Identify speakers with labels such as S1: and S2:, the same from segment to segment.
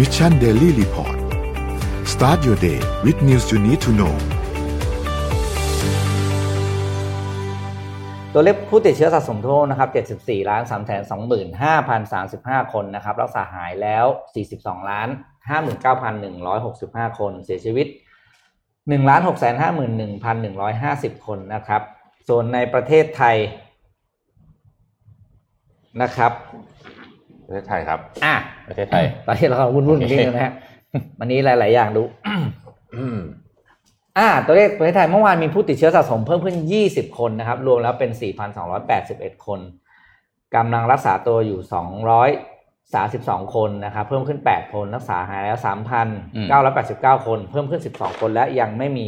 S1: Mission Daily Report start your day with news you need to know
S2: ตัวเลขผู้ติดเชื้อสะสมทั่วโลกนะครับ 74 ล้าน3 2 5 3 5 คนนะครับ รักษาหายแล้ว 42 ล้าน 59,165 คน เสียชีวิต 1 6 5 1 1 5 0 คนนะครับ ส่วนในประเทศไทยนะครับ
S3: ประเทศไทยครับ
S2: อ่ะ
S3: ประเทศไทย
S2: ตอนนี้เราก็วุ่นๆกันนิดนึงนะฮะ วันนี้หลาย ๆ อย่างดู
S3: อืม
S2: อ่า ตัวเลขประเทศไทยเมื่อวานมีผู้ติดเชื้อสะสมเพิ่มขึ้น 20 คนนะครับ รวมแล้วเป็น 4,281 คนกำลังรักษาตัวอยู่ 232 คนนะครับ เพิ่มขึ้น 8 คน รักษาหายแล้ว 3,989 คน เพิ่มขึ้น 12 คนและยังไม่มี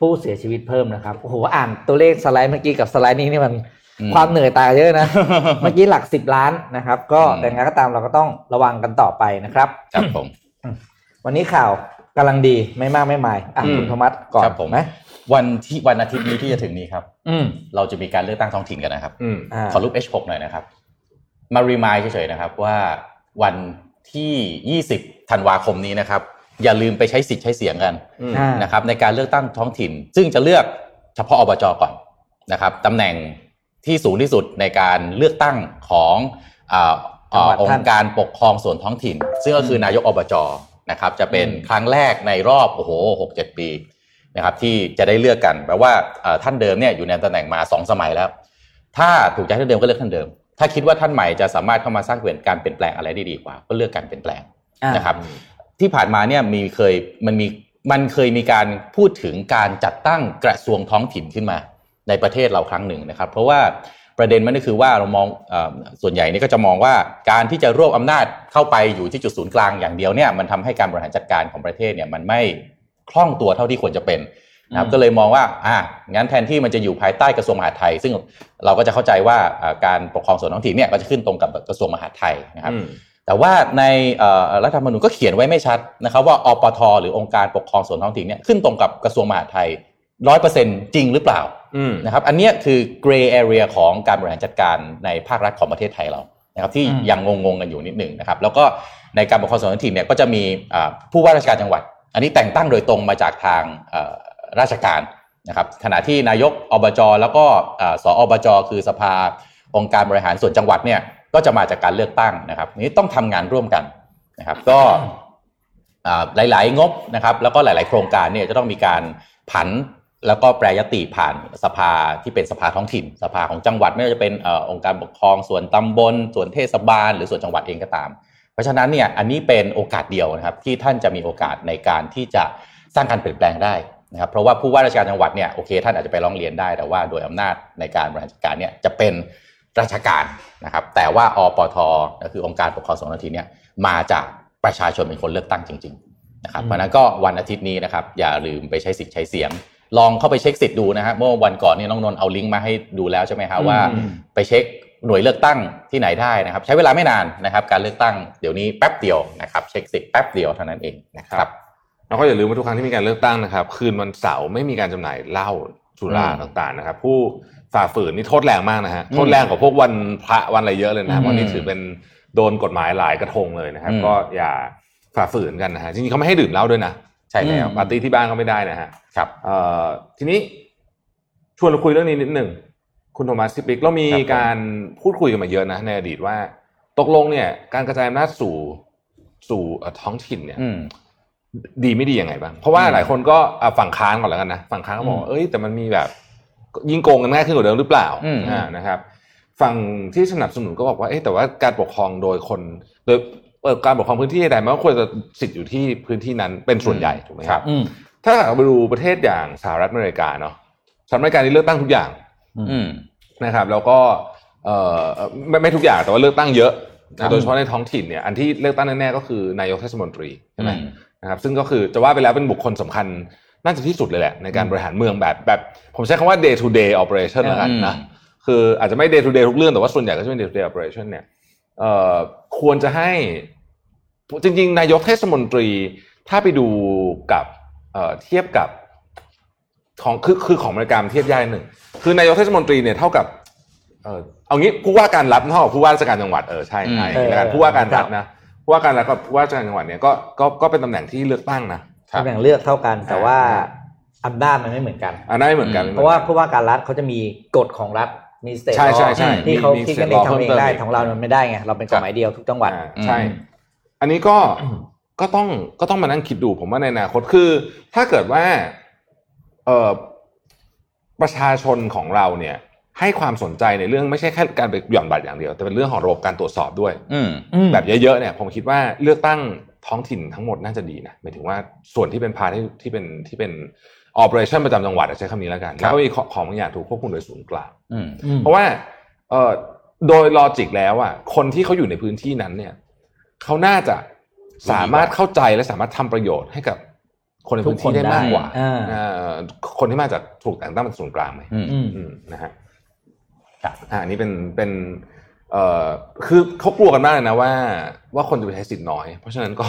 S2: ผู้เสียชีวิตเพิ่มนะครับ โอ้โห อ่านตัวเลขสไลด์เมื่อกี้กับสไลด์นี้นี่มัน
S3: อืม
S2: ความเหนื่อยตายเย อะนะ เมื่อกี้หลักสิบล้านนะครับ ก็
S3: อืม
S2: แต่งานก็ตามเราก็ต้องระวังกันต่อไปนะครับ
S3: ครับผม
S2: วันนี้ข่าวกำลังดีไม่มากไม่หมายอ่ะ
S3: อืม
S2: คุณโทมัสก่อน
S3: ครับผม
S2: ไหม
S4: วันที่วันอาทิตย์นี้ที่จะถึงนี้ครับ
S2: อืม
S4: เราจะมีการเลือกตั้งท้องถิ่นกันนะครับ
S3: อืม
S2: อ่า
S4: ขอรูป H6 หน่อยนะครับ มารีมายเฉยๆนะครับว่าวันที่ 20ธันวาคมนี้นะครับ อย่าลืมไปใช้สิทธิ์ใช้เสียงกัน
S3: อืม
S2: อ่า
S4: นะครับ ในการเลือกตั้งท้องถิ่น ซึ่งจะเลือกเฉพาะอบจก่อนนะครับตำแหน่งที่สูงที่สุดในการเลือกตั้งของอาอ่าองค์การปกครองส่วนท้องถิ่น ซึ่งก็คือนายกอบจนะครับ จะเป็นครั้งแรกในรอบโอ้โหหกเจ็ดปี นะครับที่จะได้เลือกกันแปลว่าเอ่อท่านเดิมเนี่ยอยู่ในตำแหน่งมาสองสมัยแล้ว ถ้าถูกใจท่านเดิมก็เลือกท่านเดิม ถ้าคิดว่าท่านใหม่จะสามารถเข้ามาสร้างเปลี่ยนการเปลี่ยนแปลงอะไรได้ดีกว่า ก็เลือกการเปลี่ยนแปลง
S2: อ่า
S4: นะครับ ที่ผ่านมาเนี่ยมีเคยมันมีมันเคยมีการพูดถึงการจัดตั้งกระทรวงท้องถิ่นขึ้นมา ในประเทศเราครั้งหนึ่งนะครับ เพราะว่าประเด็นมันก็คือว่าเรามองเออส่วนใหญ่นี่ก็จะมองว่าการที่จะรวบอำนาจเข้าไปอยู่ที่จุดศูนย์กลางอย่างเดียวเนี่ยมันทำให้การบริหารจัดการของประเทศเนี่ยมันไม่คล่องตัวเท่าที่ควรจะเป็นนะครับก็เลยมองว่าอ่ะงั้นแทนที่มันจะอยู่ภายใต้กระทรวงมหาดไทย ซึ่งเราก็จะเข้าใจว่าเอ่อการปกครองส่วนท้องถิ่นเนี่ยก็จะขึ้นตรงกับกระทรวงมหาดไทยนะครับ แต่ว่าในเอ่อรัฐธรรมนูญก็เขียนไว้ไม่ชัดนะครับว่าอปทหรือองค์การปกครองส่วนท้องถิ่นเนี่ยขึ้นตรงกับกระทรวงมหาดไทยร้อยเปอร์เซ็นจริงหรือเปล่า
S3: อืม
S4: นะครับอันเนี้ยคือ gray area ของการบริหารจัดการในภาครัฐของประเทศไทยเรานะครับที่ยังงงๆกันอยู่นิดหนึ่งนะครับแล้วก็ในการปกครองส่วนท้องถิ่นเนี่ยก็จะมีเอ่อผู้ว่าราชการจังหวัด อันนี้แต่งตั้งโดยตรงมาจากทางเอ่อราชการนะครับขณะที่นายกอบจแล้วก็เอ่อสออบจคือสภา องค์การบริหารส่วนจังหวัดเนี่ยก็จะมาจากการเลือกตั้งนะครับนี้ต้องทำงานร่วมกันนะครับ ก็อ่าหลาย ๆ งบนะครับ แล้วก็หลาย ๆ โครงการเนี่ยจะต้องมีการผันแล้วก็แปรยติผ่านสภาที่เป็นสภาท้องถิ่น สภาของจังหวัดไม่ว่าจะเป็นเออองค์การปกครองส่วนตำบล ส่วนเทศบาล หรือส่วนจังหวัดเองก็ตาม เพราะฉะนั้นเนี่ยอันนี้เป็นโอกาสเดียวนะครับที่ท่านจะมีโอกาสในการที่จะสร้างการเปลี่ยนแปลงได้นะครับเพราะว่าผู้ว่าราชการจังหวัดเนี่ยโอเคท่านอาจจะไปร้องเรียนได้แต่ว่าโดยอำนาจในการบริหารจัดการเนี่ยจะเป็นราชการนะครับแต่ว่าอปทก็คือองค์การปกครองส่วนท้องถิ่นเนี่ยมาจากประชาชนเป็นคนเลือกตั้งจริงๆนะครับเพราะฉะนั้นก็วันอาทิตย์นี้นะครับอย่าลืมไปใช้สิทธิ์ใช้เสียง ลองเข้าไปเช็คสิทธิ์ดูนะครับเมื่อวันก่อนเนี่ยน้องนนท์เอาลิงก์มาให้ดูแล้วใช่ไหมฮะว่า
S2: อืม
S4: ไปเช็คหน่วยเลือกตั้งที่ไหนได้นะครับ ใช้เวลาไม่นานนะครับ การเลือกตั้งเดี๋ยวนี้แป๊บเดียวนะครับ เช็คสิทธิ์แป๊บเดียวเท่านั้นเองนะครับ
S3: แล้วก็อย่าลืมว่าทุกครั้งที่มีการเลือกตั้งนะครับ คืนวันเสาร์ไม่มีการจำหน่ายเหล้าสุรา
S4: อืม
S3: ต่างๆนะครับ ผู้ฝ่าฝืนนี่โทษแรงมากนะฮะ
S4: อืม
S3: โทษแรงกว่าพวกวันพระวันอะไรเยอะเลยนะครับ
S4: อืม
S3: วันนี้ถือเป็นโดนกฎหมายหลายกระทงเลยนะครับ
S4: อืม
S3: ก็อย่าฝ่าฝืนกันนะฮะจริงๆเขาไม่ให้ดื่มเหล้าด้วยนะ
S4: ใช่แล้ว
S3: ปาร์ตี้ที่บ้านก็ไม่ได้นะฮะ
S4: ครับ
S3: เอ่อทีนี้ชวนเราคุยเรื่องนี้นิดหนึ่งคุณโทมัสซิปิกเรามี
S4: ครับผม
S3: การพูดคุยกันมาเยอะนะในอดีตว่า ตกลงเนี่ย การกระจายอำนาจสู่สู่เอ่อท้องถิ่นเนี่ย
S4: อืม
S3: ดีไม่ดียังไงบ้าง เพราะว่า
S4: อืม
S3: หลายคนก็อ่ะฝั่งค้านก่อนแล้วกันนะ ฝั่งค้านก็บอกว่าเอ้ยแต่มันมีแบบยิ่งโกงกันง่ายขึ้นกว่าเดิมหรือเปล่า
S4: อืม
S3: อ่านะครับ ฝั่งที่สนับสนุนก็บอกว่าเอ้ยแต่ว่าการปกครองโดยคนโดยเอ่อการปกครองพื้นที่ใดมันก็ควรจะสิทธิ์อยู่ที่พื้นที่นั้นเป็นส่วนใหญ่ถูกไหมครับ
S2: อืม
S3: ถ้าเราไปดูประเทศอย่างสหรัฐอเมริกาเนาะสหรัฐอเมริกานี่เลือกตั้งทุกอย่าง
S4: อืม
S3: นะครับ แล้วก็เอ่อไม่ไม่ทุกอย่างแต่ว่าเลือกตั้งเยอะ
S4: ครับ
S3: โดยเฉพาะในท้องถิ่นเนี่ยอันที่เลือกตั้งแน่ๆก็คือนายกเทศมนตรีใช่ไหม
S4: อืม
S3: นะครับซึ่งก็คือจะว่าไปแล้วเป็นบุคคลสำคัญน่าจะที่สุดเลยแหละ ในการบริหารเมืองแบบแบบผมใช้คำว่า day to day operation แล้วกันนะ
S4: อืม
S3: คืออาจจะไม่ day to day ทุกเรื่องแต่ว่าส่วนใหญ่ก็จะเป็น day to day operation เนี่ยเอ่อควรจะให้ จริง ๆ นายกเทศมนตรีถ้าไปดูกับเอ่อเทียบกับของคือคือของบริการเทียบยากนิดหนึ่ง คือนายกเทศมนตรีเนี่ยเท่ากับ เออเอางี้ผู้ว่าการรัฐเท่ากับผู้ว่าราชการจังหวัดเออใช่ใช่
S4: อืม
S3: อย่างนี้แล้วกัน
S2: เออ
S3: ผู้ว่าการรั
S2: ค
S3: ฐ
S2: รับ
S3: นะ ผู้ว่าการแล้วก็ผู้ว่าราชการจังหวัดเนี่ยก็ก็ก็เป็นตำแหน่งที่เลือกตั้งนะ
S4: ครับ
S2: ตำแหน่งเลือกเท่ากัน แต่ว่าอำนาจมันไม่เหมือนกัน
S3: อันนั้นไม่เหมือนกัน
S2: เพราะว่าผู้ว่าการรัฐเขาจะมีกฎของรัฐมีสเตท
S3: ใช่ใช่ใช่
S2: ที่เขา
S3: มี
S2: ที่
S3: state
S2: กันเอง
S3: law
S2: ทำเองได้
S3: เพิ่ม
S2: ข
S3: เติม
S2: องเรามันไม่ได้ไงเราเป็นกฎหมายเดียวทุกจังหวัด
S3: อ่าใช่ อันนี้ก็ ก็ต้องก็ต้องมานั่งคิดดูผมว่าในอนาคตคือ ถ้าเกิดว่าเออประชาชนของเราเนี่ย ให้ความสนใจในเรื่องไม่ใช่แค่การไปหย่อนบัตรอย่างเดียว แต่เป็นเรื่องของระบบการตรวจสอบด้วย
S4: อืม
S3: แบบเยอะๆเนี่ย ผมคิดว่าเลือกตั้งท้องถิ่นทั้งหมดน่าจะดีนะหมายถึงว่าส่วนที่เป็นพาที่ที่เป็นที่เป็น operation ประจำจังหวัดอะใช้คำนี้แล้วกัน
S4: ครั
S3: แล้
S4: บ
S3: วก็มีของของบางอย่างถูกควบคุมโดยศูนย์กลาง
S4: อืม
S3: เพราะว่าเอ่อโดยลอจิกแล้วอ่ะคนที่เขาอยู่ในพื้นที่นั้นเนี่ยเขาน่าจะสามารถเข้าใจและสามารถทำประโยชน์ให้กับคนในพื้นที่ได้มากกว่า
S2: ทุกคนได้อ่า
S3: เอ่อคนที่มาจากถูกแต่งตั้งเป็นศูนย์กลางไหม
S4: อืม
S2: อืม
S3: อืมนะฮะ
S4: ครับ
S3: อ่าอันนี้เป็นเป็นเอ่อคือเขากลัวกันมากเลยนะว่า ว่าคนจะไปใช้สิทธิ์น้อย เพราะฉะนั้นก็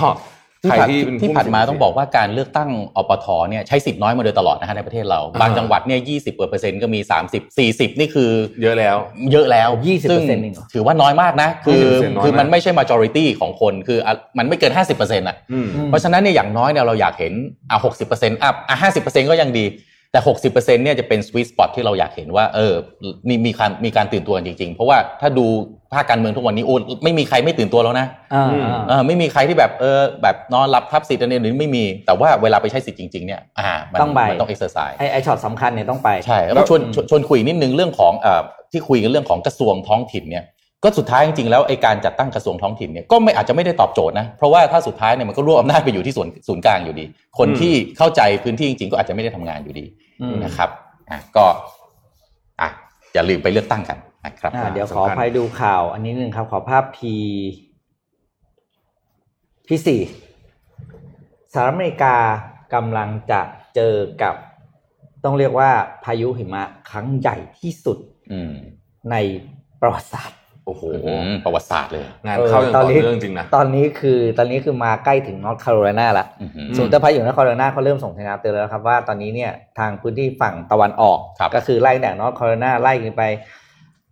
S4: ที่
S3: ใคร
S4: ผ่าน
S3: ที่เป็นผู้
S4: ที่ผ่านมา
S3: สิทธิ์
S4: ต้องบอกว่าการเลือกตั้งอปทเนี่ยใช้สิทธิ์น้อยมาโดยตลอดนะฮะในประเทศเรา บางจังหวัดเนี่ยยี่สิบเปอร์เซ็นต์ก็มีสามสิบสี่สิบนี่คือ
S3: เยอะแล้ว
S4: เยอะแล้ว
S2: 20%
S4: ซึ่ง
S2: เองเหรอ
S4: ถือว่าน้อยมากนะ คือ
S3: 20%น้อยมาก
S4: คือมันไม่ใช่ majority ของคนคืออ่ะมันไม่เกิน 50%อ่ะ
S3: อืม
S4: เพราะฉะนั้นเนี่ยอย่างน้อยเนี่ยเราอยากเห็นอ่ะ60% up อ่ะ50%ก็ยังดี แต่ 60%เนี่ยจะเป็น sweet spot ที่เราอยากเห็นว่า เออนี่มีการมีการตื่นตัวกันจริง ๆ เพราะว่าถ้าดูภาคการเมืองทุกวันนี้โอ้ไม่มีใครไม่ตื่นตัวแล้วนะ
S2: อ่า
S3: อืม
S2: อ่า
S4: เออไม่มีใครที่แบบเออแบบนอนหลับทับสิทธิ์อันนี้หรือไม่มีแต่ว่าเวลาไปใช้สิทธิ์จริงๆเนี่ยอ่ามัน
S2: ต้องไป
S4: มันต้อง exercise
S2: ไอไอช็อตสำคัญเนี่ยต้องไป
S4: ใช่แล้วชวน
S2: อืม
S4: ชวนชวนคุยนิดนึงเรื่องของเอ่อที่คุยกันเรื่องของกระทรวงท้องถิ่นเนี่ยก็สุดท้ายจริงๆแล้วไอการจัดตั้งกระทรวงท้องถิ่นเนี่ยก็ไม่อาจจะไม่ได้ตอบโจทย์นะเพราะว่าถ้าสุดท้ายเนี่ยมันก็รวบอำนาจไปอยู่ที่ส่วนศูนย์กลางอยู่ดี คน
S3: อืม
S4: ที่เข้าใจพื้นที่จริงๆก็อาจจะไม่ได้ทำงานอยู่ดี
S2: อืม
S4: นะครับอ่ะก็อ่ะอย่าลืมไปเลือกตั้งกันนะครับ
S2: อ่าเดี๋ยวขอ
S3: สำคัญ
S2: ไปดูข่าว อันนี้หนึ่งครับ ขอภาพทีที่สี่สหรัฐอเมริกากำลังจะเจอกับ ต้องเรียกว่าพายุหิมะครั้งใหญ่ที่สุด
S4: อืม
S2: ในประวัติศาสตร์
S3: โอ้โห
S4: อืมประวัติศาสตร์เลย
S3: งานเข้าอย่างต่อเนื่องจริงนะ
S2: ตอนนี้คือตอนนี้คือมาใกล้ถึงนอร์ทแคโรไลนาละ
S4: อื้อหือ
S3: ม
S2: ศูนย์เตือนภัยอยู่นอร์ทแคโรไลนาเขาเริ่มส่งสัญญาณเตือนแล้วนะครับว่าตอนนี้เนี่ยทางพื้นที่ฝั่งตะวันออก
S4: ครับ
S2: ก็คือไล่แดงนอร์ทแคโรไลนาไล่ขึ้นไป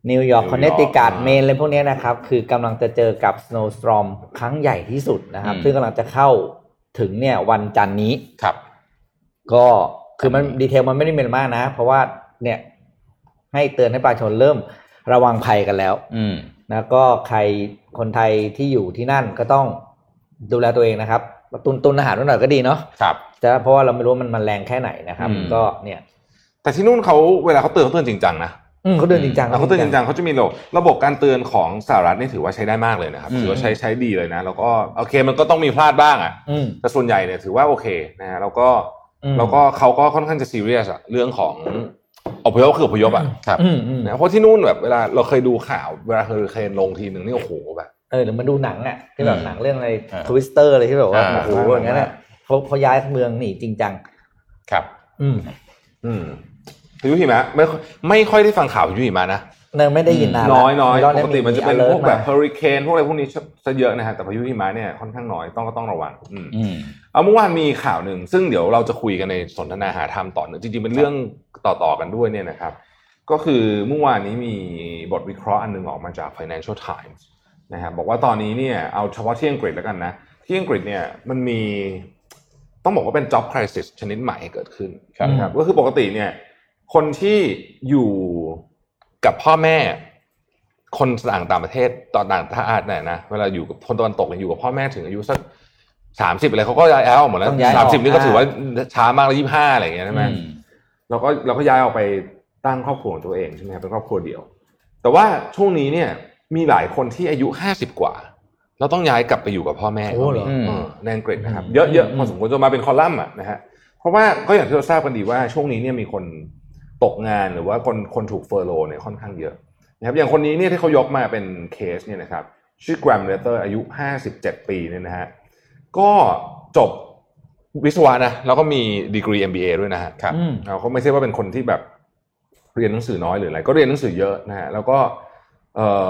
S2: นิวยอร์กคอนเนตทิคัตเมนอะไรพวกเนี้ยนะครับ คือกำลังจะเจอกับสโนว์สตรอมครั้งใหญ่ที่สุดนะครับ ซึ่งกำลังจะเข้าถึงเนี่ยวันจันทร์นี้
S4: ครับ
S2: ก็คือมันดีเทลมันไม่ได้เป็นมากนะ เพราะว่าเนี่ยให้เตือนให้ประชาชนเริ่มระวังภัยกันแล้ว
S4: อืม
S2: นะก็ใครคนไทยที่อยู่ที่นั่นก็ต้องดูแลตัวเองนะครับ ตุนตุนอาหารไว้หน่อยก็ดีเนาะ
S4: ครับ
S2: จะเพราะว่าเราไม่รู้ว่ามันมันแรงแค่ไหนนะครับ
S4: อืม
S2: ก็เนี่ย
S3: แต่ที่นู่นเขาเวลาเขาเตือนเขาเตือนจริงจังนะ
S2: อืมเขาเดินจริงจัง
S3: เขาเตือนจริงจังเขาจะมีระบบระบบการเตือนของสหรัฐนี่ถือว่าใช้ได้มากเลยนะครับ
S4: อืม
S3: ถือว่าใช้ใช้ดีเลยนะแล้วก็โอเคมันก็ต้องมีพลาดบ้างอ่ะ
S2: อืม
S3: แต่ส่วนใหญ่เนี่ยถือว่าโอเคนะฮะแล้วก็
S2: อืม
S3: แล้วก็เขาก็ค่อนข้างจะซีเรียสอะเรื่องของอพยพคืออพยพอะ
S4: ครับ
S2: อืมอืม
S3: นะเพราะที่นู่นแบบเวลาเราเคยดูข่าวเวลาเฮอริเคนลงทีหนึ่งนี่โอ้โหแบบ
S2: เออหรือมาดูหนังอ่ะที่แบบ
S4: อืม
S2: หนังเรื่องอะไร
S4: อ่า
S2: ทวิสเตอร์อะไรที่แบบว่า
S4: อ่า
S2: โอ้โหอย่างนั้นอ่ะเขาเขาย้ายเมืองหนีจริงจัง
S4: ครับ
S2: อืม
S3: อืมพายุหิมะไม่ค่อยไม่ค่อยได้ฟังข่าวพายุหิมะนะ
S2: เนยไม่ได้ยินนานละ
S3: น้อยน้อย
S2: รบ
S3: ปกติมันจะเป็นพวกแบบ
S2: มี alert
S3: เฮอริเคนพวกอะไรพวกนี้จะเยอะนะฮะแต่พายุหิมะเนี่ยค่อนข้างน้อยต้องก็ต้องระวังอืม
S4: อืม
S3: เอาเมื่อวานมีข่าวหนึ่งซึ่งเดี๋ยวเราจะคุยกันในสนทนาหาธรรมต่อเนื่องจริงๆเป็นเรื่องต่อๆกันด้วยเนี่ยนะครับ ก็คือเมื่อวานนี้มีบทวิเคราะห์อันหนึงออกมาจาก Financial Times นะครับบอกว่าตอนนี้เนี่ยเอาเฉพาะที่อังกฤษแล้วกันนะ ที่อังกฤษเนี่ยมันมีต้องบอกว่าเป็น job crisis ชนิดใหม่เกิดขึ้น
S4: ครับ
S3: นะครับก็คือปกติเนี่ยคนที่อยู่กับพ่อแม่ คนต่างต่างประเทศต่อต่างชาติเนี่ยนะเวลาอยู่กับคนตะวันตกเนี่ยอยู่กับพ่อแม่ถึงอายุสักสามสิบอะไรเขาก็ย้ายออกหมดแล้ว
S2: ต้องย้ายอ
S3: สา
S2: อ
S3: ม
S2: ก
S3: สิบนี่ก็
S2: อ่า
S3: ถือว่าช้ามากแล้วยี่ห้าอะไรอย่างเงี้ยใช่ไหม เราก็เราก็ย้ายออกไปตั้งครอบครัวของตัวเองใช่ไหมครับเป็นครอบครัวเดียว แต่ว่าช่วงนี้เนี่ยมีหลายคนที่อายุห้าสิบกว่า แล้วต้องย้ายกลับไปอยู่กับพ่อแม่
S2: โอ้เหรอ
S3: ก็มี
S4: อืม
S3: เออในอังกฤษนะครับเยอะเยอะพอสมควรจนมาเป็นคอลัมน์อ่ะนะฮะเพราะว่าก็อย่างที่เราทราบกันดีว่าช่วงนี้เนี่ยมีคนตกงานหรือว่าคนคนถูกเฟอร์โลเนี่ยค่อนข้างเยอะนะครับอย่างคนนี้เนี่ยที่เขายกมาเป็นเคสเนี่ยนะครับชื่อแกรมเลเตอร์อายุห้าสิบเจ็ดปีเนี่ยนะฮะก็จบวิศวะนะแล้วก็มีดีกรี MBA ด้วยนะฮะ
S4: ครับ
S2: อืม
S3: อ่าเขาไม่ใช่ว่าเป็นคนที่แบบเรียนหนังสือน้อยหรืออะไร ก็เรียนหนังสือเยอะนะฮะแล้วก็เออ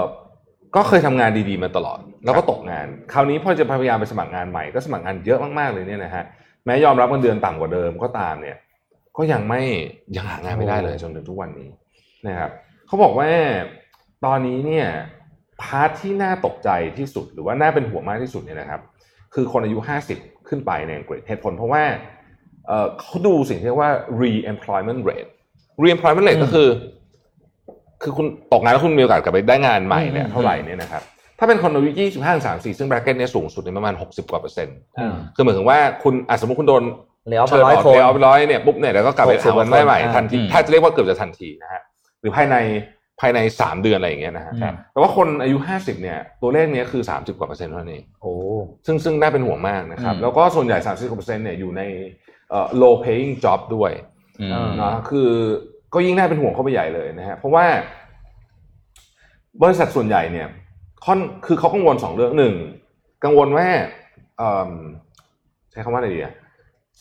S3: ก็เคยทำงานดีๆมาตลอด แล้วก็ตกงาน คราวนี้พอจะพยายามไปสมัครงานใหม่ก็สมัครงานเยอะมากๆเลยเนี่ยนะฮะแม้ยอมรับเงินเดือนต่ำกว่าเดิมก็ตามเนี่ย ก็ยังไม่ยังหางานไม่ได้เลยจนถึงทุกวันนี้นะครับเขาบอกว่าตอนนี้เนี่ย พาร์ทที่น่าตกใจที่สุดหรือว่าน่าเป็นห่วงมากที่สุดเนี่ยนะครับ คือคนอายุ 50 ขึ้นไปในอังกฤษเหตุผลเพราะว่าเอ่อเขาดูสิ่งที่เรียกว่า re-employment rate re-employment rate ก็คือ คือคุณตกงานแล้วคุณมีโอกาสกลับไปได้งานใหม่เนี่ย
S2: อืม
S3: เท่าไหร่เนี่ยนะครับ ถ้าเป็นคนอายุ25 34ซึ่งแบรเก็ตเนี่ยสูงสุดในยประมาณ 60 กว่าเปอร์เซ็นต์
S2: อ่า
S3: คือหมายถึงว่าคุณอ่ะสมมติคุณโดน
S2: เหลือเอาไป
S3: เชิญ
S2: ร้อย
S3: ออก
S2: คน
S3: เทลไปร้อยเนี่ยปุ๊บเนี่ยแล้วก็กลับไป
S2: หกสิบ
S3: หาวันได้ใหม่
S2: คนอ่า
S3: ทันที
S4: อืม
S3: ถ้าจะเรียกว่าเกือบจะทันทีนะฮะหรือภายในภายในสามเดือนอะไรอย่างเงี้ยนะฮะ
S2: ครับ
S3: แต่ว่าคนอายุห้าสิบเนี่ยตัวเลขเนี้ยคือสามสิบกว่าเปอร์เซ็นต์เท่านั้นเอง
S2: โอ้
S3: ซึ่งซึ่งน่าเป็นห่วงมากนะครับ
S4: อืม
S3: แล้วก็ส่วนใหญ่สามสิบกว่าเปอร์เซ็นต์เนี่ยอยู่ในเอ่อ low paying job ด้วย
S4: อืม
S2: อ่า
S3: นะคือก็ยิ่งน่าเป็นห่วงเข้าไปใหญ่เลยนะฮะเพราะว่า บริษัทส่วนใหญ่เนี่ยค่อนคือเขากังวลสองเรื่องหนึ่งกังวลว่าเอิ่มใช้คำว่าอะไรดีอะ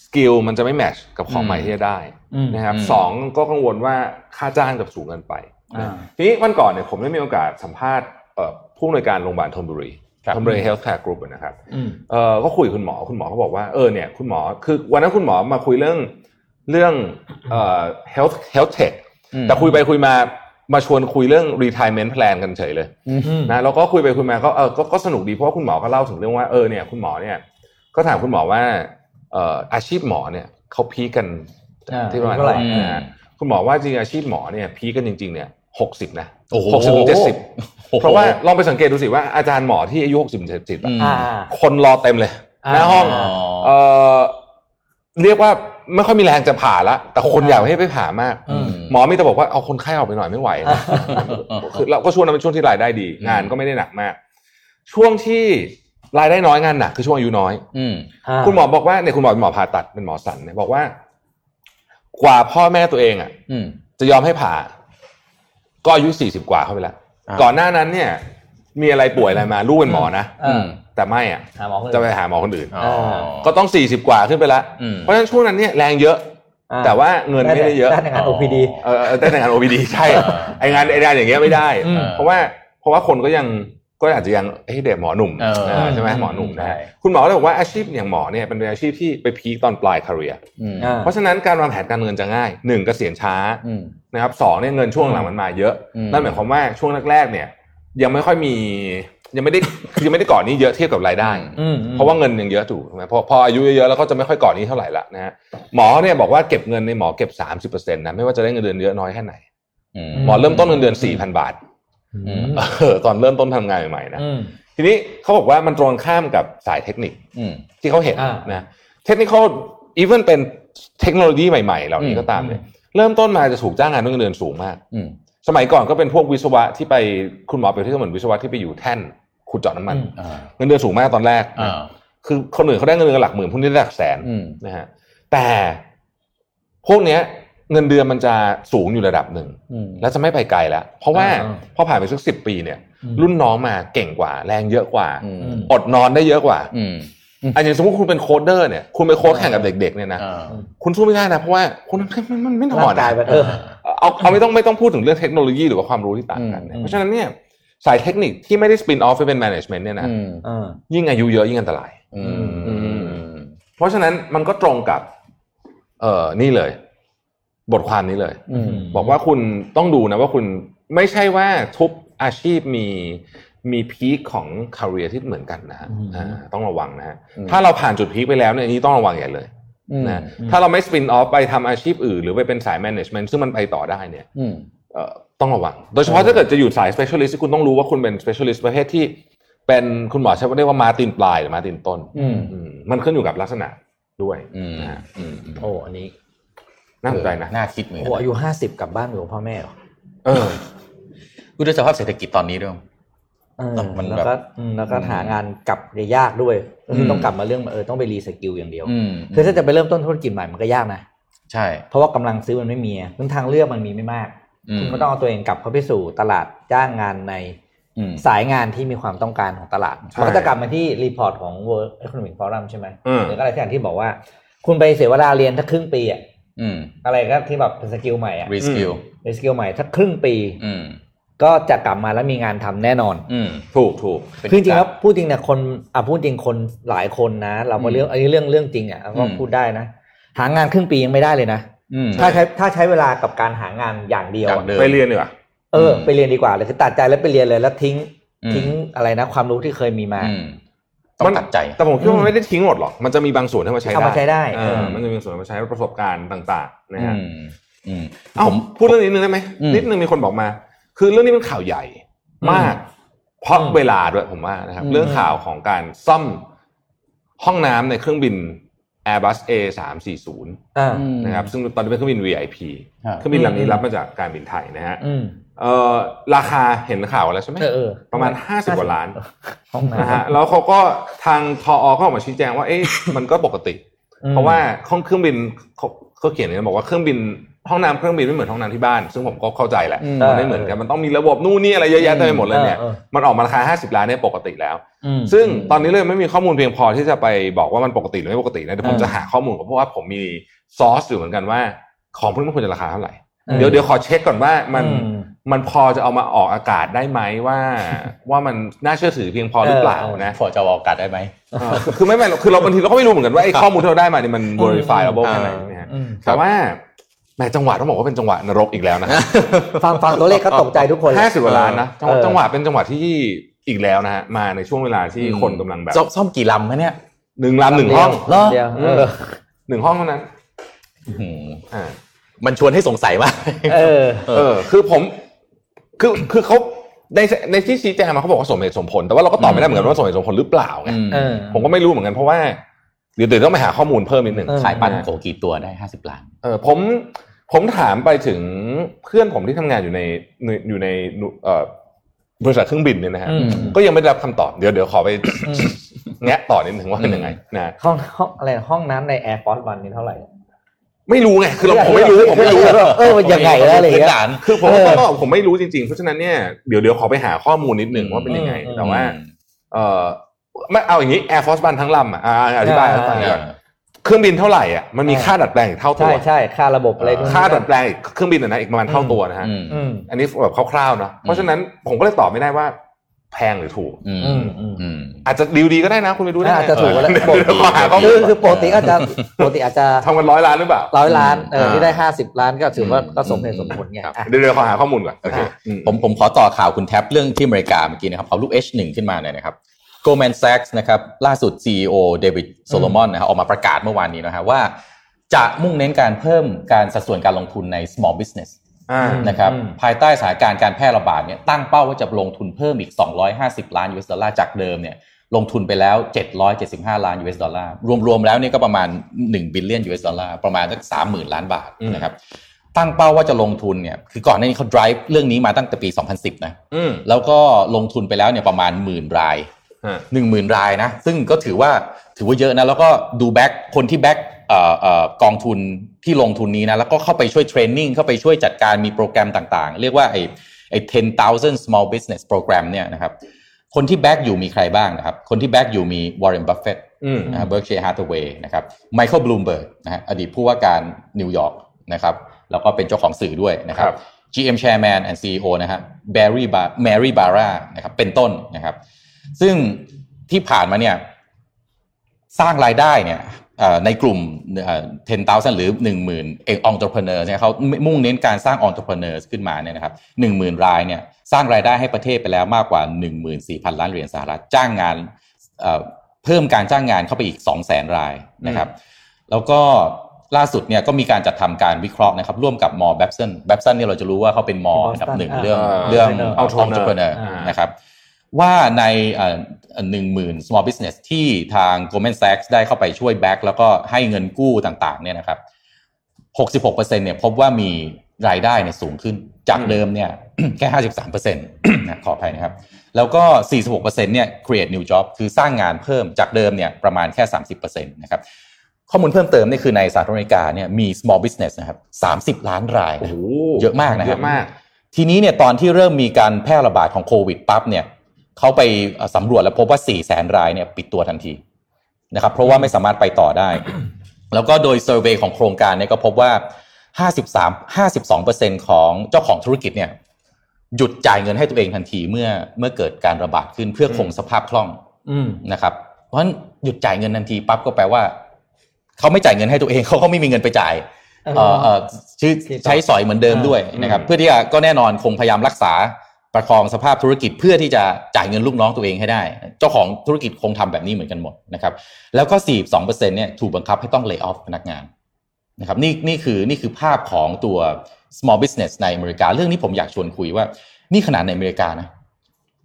S3: สกิลมันจะไม่แมทช์กับของใหม่
S4: อืม
S3: ที่จะได้
S2: อืม
S3: นะครับ
S4: อืม
S3: สองก็กังวลว่าค่าจ้างกับสูงเกินไป
S2: อ่า
S3: ทีนี้วันก่อนเนี่ยผมได้มีโอกาสสัมภาษณ์เอ่อผู้อำนวยการโรงพยาบาลธนบุรี
S4: ครับ
S3: ธนบุรีเฮลท์แคร์กรุ๊ปนะครับ
S2: อืม
S3: เอ่อก็คุยกับคุณหมอคุณหมอเขาบอกว่าเออเนี่ยคุณหมอคือวันนั้นคุณหมอมาคุยเรื่องเรื่องเอ่อ health health tech
S4: อืม
S3: แต่คุยไปคุยมามาชวนคุยเรื่อง retirement plan กันเฉยเลย
S2: อืม
S3: นะแล้วก็คุยไปคุยมาก็เออก็ก็สนุกดีเพราะว่าคุณหมอก็เล่าถึงเรื่องว่าเออเนี่ยคุณหมอเนี่ยก็ถามคุณหมอว่าเอ่ออาชีพหมอเนี่ยเขาพีคกัน
S2: อ่า
S3: ที่ประมาณ
S2: เท่าไหร่
S3: เท่าไหร่นะฮะคุณหมอว่าจริงอาชีพหมอเนี่ยพีคกันจริงๆเนี่ยหกสิบนะ
S4: โอ้โห
S3: หกสิบถึงเจ็ดสิบ
S4: โอ้โห
S3: เพราะว่าลองไปสังเกตดูสิว่าอาจารย์หมอที่อายุหกสิบเจ็ดสิบ
S4: อืม
S2: อ่า
S3: คนรอเต็มเลยหน้า
S2: อ่า
S3: ห้อง
S4: อ๋อ
S3: เออเรียกว่าไม่ค่อยมีแรงจะผ่าละแต่คนอยากให้ไปผ่ามาก
S2: อืม
S3: หมอมีแต่บอกว่าเอาคนไข้ออกไปหน่อยไม่ไหวนะ คือเราก็ช่วงนั้นเป็นช่วงที่รายได้ดี งานก็ไม่ได้หนักมาก ช่วงที่รายได้น้อยงานหนักคือช่วงอายุน้อย
S4: อืม
S3: คุณหมอบอกว่าเนี่ยคุณหมอเป็นหมอผ่าตัดเป็นหมอสันเนี่ยบอกว่า กว่าพ่อแม่ตัวเองอ่ะ
S4: อืม
S3: จะยอมให้ผ่า ก็อายุสี่สิบกว่าเข้าไปแล้ว
S4: อ่า
S3: ก่อนหน้านั้นเนี่ย มีอะไรป่วยอะไรมาลูกเป็นหมอนะ
S2: อืม
S3: แต่ไม่อ่ะ
S2: หาหมอคนอื่น
S3: จะไปหาหมอคนอื่น
S4: อ๋อ
S3: ก็ต้องสี่สิบกว่าขึ้นไปแล้ว
S4: อืม
S3: เพราะฉะนั้นช่วงนั้นเนี่ยแรงเยอะ
S2: อ่า
S3: แต่ว่าเงินไม่ได้เยอะ
S2: ได้แต่งาน OPD
S3: เออเออได้แต่งาน OBD ใช่
S4: อ่า
S3: ไองานไองานอย่างเงี้ยไม่ได้
S2: อืม
S3: เพราะว่าเพราะว่าคนก็ยังก็อาจจะยังเฮ้ยเด็กหมอหนุ่ม
S4: เออ
S3: เออใช่ไหม
S4: อืม
S3: หมอหนุ่มนะฮะ
S4: ใช่
S3: คุณหมอเลยบอกว่าอาชีพอย่างหมอเนี่ยเป็นอาชีพที่ไปพีคตอนปลายคาเรีย
S4: อืม
S2: อ่า
S3: เพราะฉะนั้นการวางแผนการเงินจะง่ายหนึ่งเกษียณช้า
S4: อืม
S3: นะครับสองเนี่ยเงินช่วงหลังมันมาเยอะ
S4: อืม
S3: นั่นหมายความว่าช่วงแรกๆเนี่ย ยังไม่ค่อยมียังไม่ได้คือยังไม่ได้ก่อนนี้เยอะเทียบกับรายได้
S2: อืม
S3: เพราะว่าเงินยังเยอะถูกไหมพอพออายุเยอะๆแล้วก็จะไม่ค่อยก่อนนี้เท่าไหร่ละนะฮะหมอเนี่ยบอกว่าเก็บเงินในหมอเก็บ 30%นะไม่ว่าจะได้เงินเดือนเยอะน้อยแค่ไหน
S4: อืม
S3: หมอเริ่มต้นเงินเดือน 4,000 บาท
S2: อืม
S3: เออตอนเริ่มต้นทำงานใหม่ๆนะ
S2: อืม
S3: ทีนี้เขาบอกว่ามันตรงข้ามกับสายเทคนิค
S4: อืม
S3: ที่เขาเห็น
S2: อ่า
S3: นะเทคนิคเขาอีเวนเป็นเทคโนโลยีใหม่ๆ เหล่านี้ก็ตามเนี่ยเริ่มต้นมาจะถูกจ้างงานด้วยเงินเดือนสูงมาก
S4: อืม
S3: สมัยก่อนก็เป็นพวกวิศวะที่ไปคุณหมอเปรียบเทียบเหมือนวิศวะที่ไปอยู่แท่นขุดเจาะน้ำมัน
S2: อืม
S4: อ่า
S3: เงินเดือนสูงมากตอนแรกนะ
S4: อ่า
S3: คือคนอื่นเขาได้เงินเดือนหลักหมื่นพวกนี้ได้หลักแสน
S4: อืม
S3: นะฮะแต่พวกเนี้ยเงินเดือนมันจะสูงอยู่ระดับหนึ่ง
S4: อืม
S3: แล้วจะไม่ไปไกลแล้ว เพราะว่า
S2: อ่า
S3: พอผ่านไปสักสิบปีเนี่ย
S2: อืม
S3: รุ่นน้องมาเก่งกว่า แรงเยอะกว่า
S4: อืม
S2: อืม
S3: อดนอนได้เยอะกว่า
S4: อืม
S3: อันอย่างสมมติคุณเป็นโค้ดเดอร์เนี่ยคุณไปโค้ดแข่งกับเด็กๆเนี่ยนะ
S4: อ่า
S3: คุณสู้ไม่ได้นะเพราะว่าคุณมันมันมันไม่นอ
S2: ร่าน งกาย
S3: อะ
S2: มันเออ
S3: เอาเอาไม่ต้องไม่ต้องพูดถึงเรื่องเทคโนโลยีหรือว่าความรู้ที่ต่างกันนะ
S2: อืม
S3: เพราะฉะนั้นเนี่ยสายเทคนิคที่ไม่ได้สปินออฟไปเป็นแมネจเมนต์เนี่ยนะ
S4: อืม
S2: เออ
S3: ยิ่งอายุเยอะยิ่งอันตราย
S4: อืม
S3: อืม เพราะฉะนั้นมันก็ตรงกับ เอ่อนี่เลย บทความนี้เลย
S4: อืม
S3: บอกว่าคุณต้องดูนะว่าคุณไม่ใช่ว่าทุกอาชีพมีมีพีคของคาเรียที่เหมือนกันนะฮะ
S2: อืม
S3: อ่าต้องระวังนะฮะ
S4: อืม
S3: ถ้าเราผ่านจุดพีคไปแล้วเนี่ยอันนี้ต้องระวังใหญ่เลย
S4: อืม
S3: นะถ้าเราไม่สปินออฟไปทำอาชีพอื่น หรือไปเป็นสายแมネจเมนต์ซึ่งมันไปต่อได้เนี่ย
S4: อืม
S3: เอ่อต้องระวัง โดยเฉพาะถ้าเกิดจะอยู่สาย specialist ที่คุณต้องรู้ว่าคุณเป็น specialist ประเภทที่ เป็นคุณหมอใช้เรียกว่ามาตินปลายหรือมาตินต้น
S4: อืม
S3: อืมมันขึ้นอยู่กับลักษณะด้วย
S4: อืม
S3: นะฮะ
S4: อืม
S2: โอ้อันนี้
S3: น่าสนใจนะ
S4: น่าคิดเหมือน
S2: โอ้
S4: กั
S2: โหอายุห้าสิบกลับบ้านอยู่กับพ่อแม่เหรอ
S3: เออ
S4: นด้วยสภาพเศรษฐกิจตอนนี้ด้วย
S2: เออ
S4: มันแบบ
S2: แล้วก็อืมแล้วก็หางานกลับได้ยากด้วย
S4: อืม
S2: ต้องกลับมาเรื่องเออต้องไปรีสกิลอย่างเดียว
S4: อืม
S2: คือถ้าจะไปเริ่มต้นธุรกิจใหม่มันก็ยากนะ
S4: ใช่
S2: เพราะว่ากำลังซื้อมันไม่มีอะซึ่งทางเลือกมันมีไม่มาก
S4: อืม
S2: ก็ต้องเอาตัวเองกลับเข้าไปสู่ตลาดจ้างงานใน
S4: อืม
S2: สายงานที่มีความต้องการของตลาด
S3: ใช่
S2: มันก็จะกลับมาที่รีพอร์ตของ World Economic Forum ใช่ไหม
S3: อืม
S2: หรืออะไรที่อย่างที่บอกว่า คุณไปเสียเวลาเรียนทักครึ่งปีอะ
S4: อืม
S2: อะไรก็ที่แบบเป็นสกิลใหม่อะ
S4: รีสกิล
S2: เป็นสกิลใหม่ทักครึ่งปี
S4: อืม
S2: ก็จะกลับมาแล้วมีงานทำแน่นอน
S4: อืม
S3: ถูกถูก
S4: เป็น
S2: คือจริงๆแล้ว
S4: กา
S2: พูดจริงนะคนอ่ะพูดจริงคนหลายคนนะ เราก็เรื่องอันนี้เรื่องเรื่องจริงอ่ะก็
S4: อืม
S2: พูดได้นะ หางานครึ่งปียังไม่ได้เลยนะ
S4: อืม
S2: ถ้าใช้ถ้าใช้เวลากับการหางานอย่างเดียว
S4: อ
S2: อะ
S4: ย่างเดิม
S3: ไปเรียนดีกว่า
S2: เอออ
S4: ม
S2: ไปเรียนดีกว่าเลยคือตัดใจแล้วไปเรียนเลยแล้วทิ้ง
S4: อืม
S2: ทิ้งอะไรนะ ความรู้ที่เคยมีมา
S4: อืมต้องตัดใจ
S3: แต่ผมคิดว่ามันไม่ได้ทิ้งหมดหรอก มันจะมีบางส่วนที่มาใช้ได้
S2: เอามาใช้ได้
S3: เออมันจะมีบางส่วนมาใช้ประสบการณ์ต่างๆนะฮะ
S4: อืมอืม
S3: เอ้าพูดเรื่องนี้นิดนึงได้ไหม
S4: อืม
S3: นิดนึงมีคนบอกมา คือเรื่องนี้เป็นข่าวใหญ่มาก เพราะเวลาด้วยผมว่านะครับ
S2: อืม
S3: เรื่องข่าวของการซ่อมห้องน้ำในเครื่องบิน Airbus A 3 4 0
S2: อ่า
S3: นะครับซึ่งตอนนี้เป็นเครื่องบิน VIP
S4: ครับ
S3: เครื่องบินลำนี้
S2: อืม
S3: รับมาจากการบินไทยนะฮะ
S2: อืม
S3: เอ่อราคาเห็นข่าวแล้วใช่ไหม
S2: เออเออ
S3: ประมาณ50กว่าล้าน
S2: ห้อง
S3: นะฮะ
S2: น้ำ
S3: แล้วเขาก็ทางทออก็ออกมาชี้แจงว่าเอ๊ะ มันก็ปกติ
S2: อืม
S3: เพราะว่าห้องเครื่องบินเขาเขาเขียนเนี่ยบอกว่าเครื่องบินห้องน้ำเครื่องบินไม่เหมือนห้องน้ำที่บ้าน ซึ่งผมก็เข้าใจแหละ
S4: อืม
S3: มันไม่เหมือนกันมันต้องมีระบบนู่นนี่อะไรเยอะแยะเต็มไปหมดเลยเนี่ย
S2: ออออ
S3: มันออกมาราคา 50 ล้านเนี่ยปกติแล้ว
S2: อืม
S3: ซึ่งตอนนี้เลยไม่มีข้อมูลเพียงพอที่จะไปบอกว่ามันปกติหรือไม่ปกตินะเดี๋ยวผม
S2: เออ
S3: จะหาข้อมูลก่อนเพราะว่าผมมีซอร์สอยู่เหมือนกันว่า ของพวกนี้มันควรจะราคาเท่าไหร่
S2: เออ
S3: เดี๋ยวเดี๋ยวขอเช็คก่อนว่ามัน
S2: อื
S3: มันพอจะเอามาออกอากาศได้ไหมว่า ว่ามันน่าเชื่อถือเพียงพอหรือเปล่า
S2: เออ
S3: นะ
S4: พอจะบอกโอกัดได้ไหม
S3: เออคือไม่ไม่หรอกคือเราบางทีเราก็ไม่รู้เหมือนกันว่าไอ้ข้อมูลที่เราได้มาเนี่ยมัน verifiable
S4: อืม
S3: แค่ไหนนะฮะ
S2: อืม
S3: แต่ว่าแหมจังหวะต้องบอกว่าเป็นจังหวะนรกอีกแล้วนะ
S2: ฟังฟังตัวเลขก็ตกใจทุกคนเลย
S3: ห้าสิบกว่าล้านนะจังหวะ
S2: เออ
S3: จังหวะเป็นจังหวะที่อีกแล้วนะฮะมาในช่วงเวลาที่คนกำลังแบบ
S4: ซ่อมซ่อมกี่ลำคะเนี่ย
S3: หนึ่งลำหนึ่ง
S2: ลำเดียว
S3: ห้อง
S4: เหรอ
S2: เดียว
S3: อืม
S2: เออ
S3: หนึ่งห้องเท่านั้น
S4: อื้อหือ
S3: อ่า
S4: มันชวนให้สงสัยมาก
S2: เออ
S3: เออคือผมคือคือเขาในในที่ชี้แจงมาเขาบอกว่าสมเหตุสมผล แต่ว่าเราก็ตอบไม่ได้เหมือนกันว่าสมเหตุสมผลหรือเปล่าไง
S4: อืม
S2: เออ
S3: ผมก็ไม่รู้เหมือนกันเพราะว่าเดี๋ยวเดี๋ยวต้องไปหาข้อมูลเพิ่มนิดหนึ่ง
S2: เออ
S4: ขายปั้นโกกี่ตัวได้ห้าสิบล้าน
S3: เออผมผมถามไปถึงเพื่อนผมที่ทำงานอยู่ในอยู่ในเอ่อบริษัทเครื่องบินเนี่ยนะฮะ
S2: อืม
S3: ก็ยังไม่ได้รับคำตอบเดี๋ยวเดี๋ยวขอไป แงะต่อนิดหนึ่งว่าเป็นยังไงนะ
S2: ห้องห้องอะไรห้องน้ำใน Air Force One นี่เท่าไหร่
S3: ไม่รู้ไงคือเราผมไม่รู้ผมไม่รู้
S2: เออมันยังไงแล้วอะไรอย่างเงี้ย
S3: คือผม
S2: เออ
S3: ก็บอกผมไม่รู้จริงๆ เพราะฉะนั้นเนี่ยเดี๋ยวเดี๋ยวขอไปหาข้อมูลนิดหนึ่ง
S4: อืม
S3: ว่าเป็นยังไง
S2: อืม
S3: แต่ว่า เออไม่เอาอย่างนี้ Air Force บันทั้งลำอ่ะอ่าอธิบายให้ฟัง
S2: เออ
S3: ก่อนเครื่องบินเท่าไหร่อ่ะมันมี
S2: เออ
S3: ค่าดัดแปลงอีกเท่าตั
S2: ใช่
S3: ว
S2: ใช่ค่าระบบอะไรพวกนี้
S3: ค่าดัดแปลงอีกเครื่องบินอ่ะนะอีกประมาณเท่าตัวนะฮะ
S4: อืม
S2: อืม
S3: อันนี้แบบคร่าวๆเนาะเพราะฉะนั้นผมก็เลยตอบไม่ได้ว่า แพงหรือถูก
S4: อืม
S2: อืมอืม
S4: อืม
S3: อาจจะดีลดีก็ได้นะ คุณไม่รู้ได้ไง
S2: อาจจะถูกก็ได้
S3: เดี๋ยวขอหาข้อ
S2: คื
S3: มู
S2: อ
S3: ล
S2: คือปกติอาจจะ ปกติอาจจะ
S3: ทำกันร้อยล้านหรือเปล่า
S2: ร้อยล้านเออ
S4: อ่า
S2: นี่ได้ห้าสิบล้านก็ถือว่าก็สมเหตุ
S4: อื
S2: ส
S4: ม
S2: มผลไง
S3: ครับ
S2: อ่ะ
S3: เดี๋ยวเดี๋ยวขอหาข้อมูลก่อนโอเค
S2: อ่ะ
S3: อืม
S4: ผมผมขอต่อข่าวคุณแท็บเรื่องที่อเมริกาเมื่อกี้นะครับ เอาลูก H1 ขึ้นมาหน่อยนะครับ Goldman Sachs นะครับล่าสุด CEO เดวิดโซโลมอนนะครับออกมาประกาศเมื่อวานนี้นะฮะว่า จะมุ่งเน้นการเพิ่มการสัดส่วนการลงทุนใน small business
S3: อ่า
S2: ม
S4: นะครับ
S2: อืม
S4: ภายใต้สถานการณ์การแพร่ระบาดเนี่ยตั้งเป้าว่าจะลงทุนเพิ่มอีก 250 ล้าน US ดอลลาร์จากเดิมเนี่ยลงทุนไปแล้ว 775 ล้าน US ดอลลาร์รวมๆแล้วเนี่ยก็ประมาณ1บิลเลียน US ดอลลาร์ประมาณสัก30,000 ล้านบาท
S3: อืม
S4: นะครับตั้งเป้าว่าจะลงทุนเนี่ยคือก่อนหน้านี้เขา drive เรื่องนี้มาตั้งแต่ปี 2010 นะ
S3: อืม
S4: แล้วก็ลงทุนไปแล้วเนี่ยประมาณหมื่นราย
S3: อ่า
S4: หนึ่งหมื่นรายนะ ซึ่งก็ถือว่าถือว่าเยอะนะ แล้วก็ดูแบ็กคนที่แบ็กเอ่อเอ่อกองทุนที่ลงทุนนี้นะ แล้วก็เข้าไปช่วยเทรนนิ่งเข้าไปช่วยจัดการมีโปรแกรมต่างๆ เรียกว่าไอ้ไอ้10,000 small business program เนี่ยนะครับ คนที่แบ็กอยู่มีใครบ้างนะครับ คนที่แบ็กอยู่มี Warren Buffett
S3: อืม
S4: นะฮะเบิร์กเชียร์ฮาร์ทเวย์นะครับไมเคิลบลูมเบิร์กนะฮะอดีตผู้ว่าการนิวยอร์กนะครับแล้วก็เป็นเจ้าของสื่อด้วยนะครับ
S3: ครับ
S4: GM Chairman and CEO นะฮะแบร์รี่บาแมรี่บาร่านะครับเป็นต้นนะครับ ซึ่งที่ผ่านมาเนี่ยสร้างรายได้เนี่ยเอ่อในกลุ่มเอ่อ10,000 หรือ 10,000เององค์ประกอบเนี่ยเขามุ่งเน้นการสร้างองค์ประกอบขึ้นมาเนี่ยนะครับ10,000 รายเนี่ยสร้างรายได้ให้ประเทศไปแล้วมากกว่า 14,000 ล้านเหรียญสหรัฐจ้างงานเอ่อเพิ่มการจ้างงานเข้าไปอีก 200,000 รายนะครับ แล้วก็ล่าสุดเนี่ยก็มีการจัดทำการวิเคราะห์นะครับ ร่วมกับมอแบ b สันแบ b สันเนี่ยเราจะรู้ว่าเขาเป็นมอ
S2: ที่ Boston
S4: อันดับหนึ่ง
S2: อ่า
S4: เรื่อง
S3: อ่า
S4: เรื่อง
S3: entrepreneur
S4: เอาทองจุเปอร์เนอร์
S2: อ่าน
S4: นะครับว่าในหนึ่งหมื่น small business ที่ทาง Goldman Sachs ได้เข้าไปช่วยแบ็กแล้วก็ให้เงินกู้ต่างๆเนี่ยนะครับ 66%เนี่ยพบว่ามีรายได้เนี่ยสูงขึ้นจาก
S3: อืม
S4: เดิมเนี่ย แค่ 53%นะข ออภัยนะครับ แล้วก็ 46%เนี่ย create new job คือสร้างงานเพิ่มจากเดิมเนี่ยประมาณแค่ 30%นะครับ ข้อมูลเพิ่มเติมเนี่ยคือในสหรัฐอเมริกาเนี่ยมี small business นะครับ30 ล้านราย
S3: โอ้
S4: นะ
S3: โห
S4: เยอะมากนะครับ
S3: เยอะมาก
S4: ทีนี้เนี่ยตอนที่เริ่มมีการแพร่ระบาดของโควิดปั๊บเนี่ยเขาไปเอ่อสำรวจแล้วพบว่า 4 0 0 0 0 รายเนี่ยปิดตัวทันทีนะครับเพราะว่าไม่สามารถไปต่อได้ แล้วก็โดยเซอร์เวยของโครงการเนี่ยก็พบว่า 53 52 ของเจ้าของธุรกิจเนี่ยหยุดจ่ายเงินให้ตัวเองทันทีเมื่อเมื่อเกิดการระบาดขึ้นเพื่อคงสภาพคล่อง
S2: อืม
S4: นะครับ เพราะฉะนั้นหยุดจ่ายเงินทันทีปั๊บก็แปลว่า เขาไม่จ่ายเงินให้ตัวเอง เขาก็ไม่มีเงินไปจ่ายเอ่อเอ่อชื่อ
S2: ที่ต่อ
S4: ใช้สอยเหมือนเดิมด้วย
S3: อืม
S4: นะครับ เพื่อที่จะก็แน่นอนคงพยายามรักษา ประคองสภาพธุรกิจเพื่อที่จะจ่ายเงินลูกน้องตัวเองให้ได้ เจ้าของธุรกิจคงทำแบบนี้เหมือนกันหมดนะครับ แล้วก็ 42%เนี่ยถูกบังคับให้ต้องเลิกออฟพนักงานนะครับนี่นี่คือนี่คือภาพของตัว small business ในอเมริกา เรื่องนี้ผมอยากชวนคุยว่า นี่ขนาดในอเมริกานะ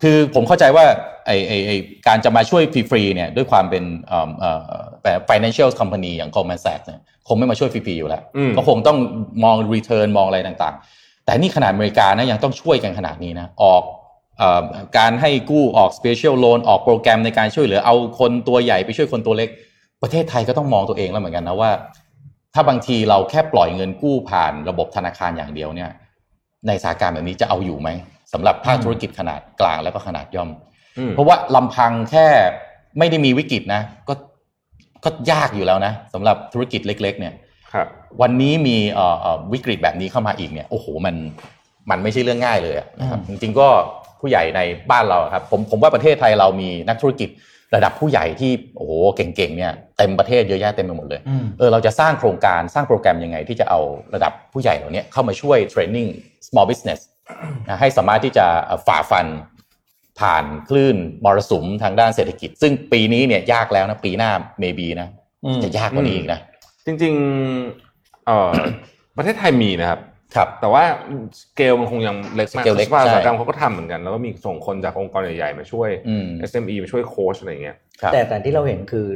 S4: คือผมเข้าใจว่าไอไอไอการจะมาช่วยฟรีๆเนี่ยด้วยความเป็นเอ่อเอ่อแต่ financial company อย่าง Goldman Sachs เนี่ยคงไม่มาช่วยฟรีๆอยู่แล้ว
S3: อืม
S4: ก็คงต้องมอง return มองอะไรต่างๆ แต่นี่ขนาดอเมริกานะยังต้องช่วยกันขนาดนี้นะ ออกเอ่อการให้กู้ออก special loan ออกโปรแกรมในการช่วยเหลือเอาคนตัวใหญ่ไปช่วยคนตัวเล็ก ประเทศไทยก็ต้องมองตัวเองแล้วเหมือนกันนะว่า ถ้าบางทีเราแค่ปล่อยเงินกู้ผ่านระบบธนาคารอย่างเดียวเนี่ย ในสถานการณ์แบบนี้จะเอาอยู่ไหมสำหรับภาคธุรกิจขนาดกลางแล้วก็ขนาดย่อม
S3: อืม
S4: เพราะว่าลำพังแค่ไม่ได้มีวิกฤตนะ ก็ก็ยากอยู่แล้วนะสำหรับธุรกิจเล็ก ๆ เนี่ย
S3: ครับ
S4: วันนี้มีเอ่อเอ่อวิกฤตแบบนี้เข้ามาอีกเนี่ยโอ้โหมันมันไม่ใช่เรื่องง่ายเลยอะนะครับจริงๆก็ผู้ใหญ่ในบ้านเราอะครับผมผมว่าประเทศไทยเรามีนักธุรกิจระดับผู้ใหญ่ที่โอ้โหเก่งๆเนี่ยเต็มประเทศเยอะแยะเต็มไปหมดเลย
S2: อืม
S4: เออเราจะสร้างโครงการสร้างโปรแกรมยังไงที่จะเอาระดับผู้ใหญ่เหล่านี้เข้ามาช่วยเทรนนิ่ง small business นะให้สามารถที่จะเอ่อฝ่าฟันผ่านคลื่นมรสุมทางด้านเศรษฐกิจ ซึ่งปีนี้เนี่ยยากแล้วนะปีหน้า maybe นะ
S2: อืม
S4: จะยากกว่านี้อีกนะ
S3: จริงๆเอ่อ ประเทศไทยมีนะครับ
S4: ครับ
S3: แต่ว่าสเกลมันคงยังเล็กมา
S4: ส
S3: ก
S4: เกลเล็ก
S3: พราะว่า
S4: ใช่
S3: อุตสาหกรรมเขาก็ทำเหมือนกัน แล้วก็มีส่งคนจากองค์กรใหญ่ๆมาช่วย
S4: อืม
S3: SME มาช่วยโค้ชอะไรอย่างเงี้ย
S4: ครับ
S2: แต่แต่ที่เราเห็นคือ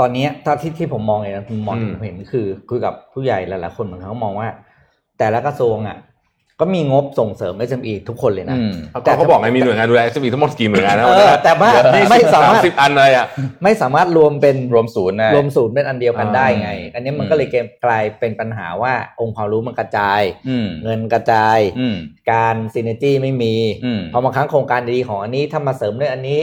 S2: ตอนเนี้ยถ้าที่ที่ผมมองเองนะผมมอง
S3: อืม
S2: ผมเห็นคือคุยกับผู้ใหญ่หลายๆคนเหมือนเขามองว่า แต่ละกระทรวงอ่ะ ก็มีงบส่งเสริม SME ทุกคนเลยนะ
S4: อืม
S2: แต่
S3: แต่เขาบอกไงมีหน่วยงานดูแล SME ทั้งหมดกี่หน่วยงานนะ
S2: เออแต่ว่าไม่สามารถ
S3: สิบอันเลยอ่ะ
S2: ไม่สามารถรวมเป็น
S4: รวมศูนย์ได้
S2: รวมศูนย์เป็นอันเดียวกันได้ไง
S4: อ่า
S2: อันนี้มันก็เลยเกมกลายเป็นปัญหาว่าองค์ความรู้มันกระจาย
S4: อืม
S2: เงินกระจาย
S4: อืม
S2: การซีเนจี้ไม่มี
S4: อืม
S2: พอบางครั้งโครงการดีๆของอันนี้ถ้ามาเสริมด้วยอันนี้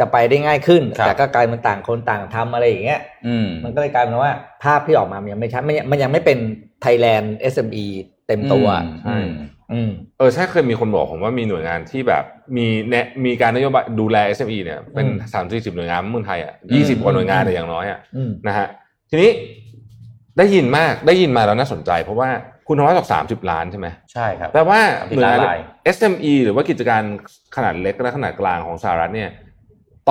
S2: จะไปได้ง่ายขึ้น
S4: ครับ
S2: แต่ก็กลายเป็นต่างคนต่างทำอะไรอย่างเงี้ย
S4: อืม
S2: มันก็เลยกลายเป็นว่าภาพที่ออกมามันยังไม่ชัดมันยังมันยังไม่เป็นไทยแลนด์ SME เต็มตัว
S3: ใช่
S2: อืม
S3: เออใช่เคยมีคนบอกผมว่ามีหน่วยงานที่แบบมีแนะมีการนโยบายดูแล SME เนี่ยเป็น
S2: อืม
S3: สามสี่สิบหน่วยงานเมืองไทยอ่ะยี่สิบกว่าหน่วยงานเลยอย่างน้อยอ่ะ
S2: อืม
S3: นะฮะทีนี้ได้ยินมากได้ยินมาแล้วน่าสนใจ เพราะว่าคุณธวัชบอกสามสิบล้านใช่ไหม
S4: ใช่ครับ
S3: แปลว่า
S4: 30
S3: หน่วยงาน
S4: ล้านราย
S3: SME หรือว่ากิจการขนาดเล็กและขนาดกลางของสหรัฐเนี่ย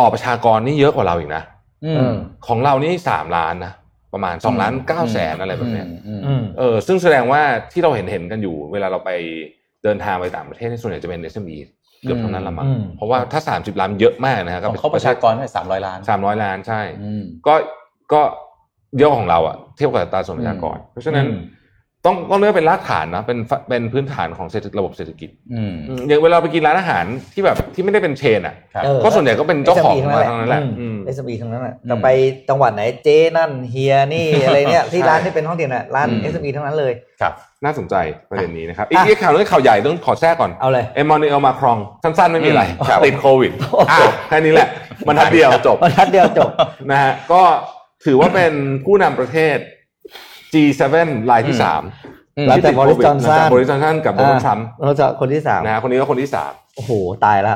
S3: ต่อประชากรนี่เยอะกว่าเราอีกนะ
S4: อืม
S3: ของเรานี่สามล้านนะ ประมาณสองล้านเก้าแสนอะไรแบบเนี้ย
S4: อืม
S2: อืม
S3: เออซึ่งแสดงว่าที่เราเห็นเห็นกันอยู่ เวลาเราไปเดินทางไปต่างประเทศในส่วนใหญ่จะเป็น SME เกือบทั้งนั้นละมั้ง
S2: อืม
S3: เพราะว่าถ้าสามสิบล้านเยอะมากนะฮะ
S4: ของเขาประชากรได้สามร้อยล้าน
S3: สามร้อยล้านใช่
S4: อืม
S3: ก็ก็เยอะของเราอะเทียบกับอัตราส่วนประชากร เพราะฉะนั้น
S4: อืม
S3: ต้องต้องเลือกเป็นรากฐานนะเป็นฟเป็นพื้นฐานของเศรษฐกิจระบบเศรษฐกิจ
S4: อืม
S3: อืมอย่างเวลาไปกินร้านอาหารที่แบบที่ไม่ได้เป็นเชนอะ
S4: ครับ
S2: เออ
S3: ก็ส่วนใหญ่ก็เป็นเจ้าของมาทั้งนั้นแหละอืม
S2: เอสบีทั้งนั้นแหละ
S4: อืม
S2: แต่ไปจังหวัดไหนเจ๊นั่นเฮียนี่ อะไรเนี่ย ที่ร้าน
S3: ใช่
S2: ที่เป็นห้องเดียนอ่ะร้าน
S4: อืม
S2: เอสบีทั้งนั้นเลย
S4: ครับ
S3: น่าสนใจประเด็นนี้นะครับอีกอีกข่าวนึงข่าวใหญ่ต้องขอแทรกก่อน
S2: เอาเลย
S3: เอมมานูเอลมาครองสั้นๆไม่มีอะไร
S4: อืมครับ
S3: ติดโควิดอ่ะแค่นี้แหละมันทัดเดียวจบ
S2: บรรทัดเดียวจบ
S3: นะฮะก็ถือว่าเป็นผู้นำประเทศ G7 รายที่สาม
S4: อืม
S3: ที่ติดโควิด
S2: หลังจาก Boris Johnson
S3: หลังจากบริจอนสันกับโดนัลด์ทรัมป์
S2: เราจะคนที่สาม
S3: นะฮะคนนี้ก็คนที่สาม
S2: โอ้โห ตายละ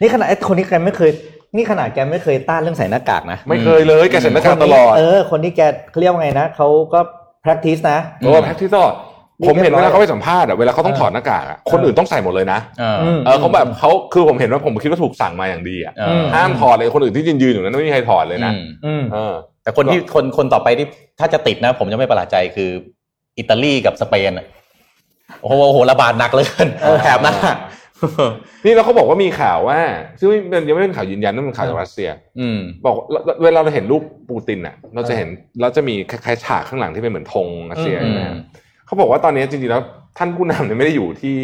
S2: นี่ขนาดไอ้คนนี้แกไม่เคย นี่ขนาดแกไม่เคยต้านเรื่องใส่หน้ากากนะ
S3: ไม่เคยเลยแกใส่หน้ากากตลอด
S2: เออ คนนี้แกเขาเรียกว่าไงนะเขาก็ practice นะ
S3: โอ้แพ็คที่ตลอดผมเห็นเวลาเขาไปสัมภาษณ์อะเวลาเขาต้อง
S2: เออ
S3: ถอดหน้ากากอะคนอื่นต้องใส่หมดเลยนะ
S4: เออ
S2: ม
S3: เออเขาแบบเขาคือผมเห็นว่าผมคิดว่าถูกสั่งมาอย่างดีอะ
S4: เออ
S3: ห้ามถอดเลยคนอื่นที่ยืนยืนอยู่นั้นไม่มีใครถอดเลยนะ
S4: อืม
S2: อืม
S3: เออ
S4: แต่คนที่คนคนต่อไปที่ถ้าจะติดนะ ผมจะไม่ประหลาดใจคืออิตาลีกับสเปนอะโอ้โหโอ้โหระบาดหนักเหลยแถบนั้นอะ
S3: นี่แล้วเขาบอกว่ามีข่าวว่าซึ่งมันยังไม่เป็นข่าวยืนยันนั่นเป็นข่าวจากรัสเซีย
S4: อืม
S3: บอกว่าเวลาเราเห็นรูปปูตินอ่ะ เราจะเห็นเราจะมีคล้ายๆฉากข้างหลังที่เป็นเหมือนธงรัสเซีย
S4: อืม
S3: นะฮะเขาบอกว่าตอนนี้จริงๆแล้วท่านผู้นำเนี่ยไม่ได้อยู่ที่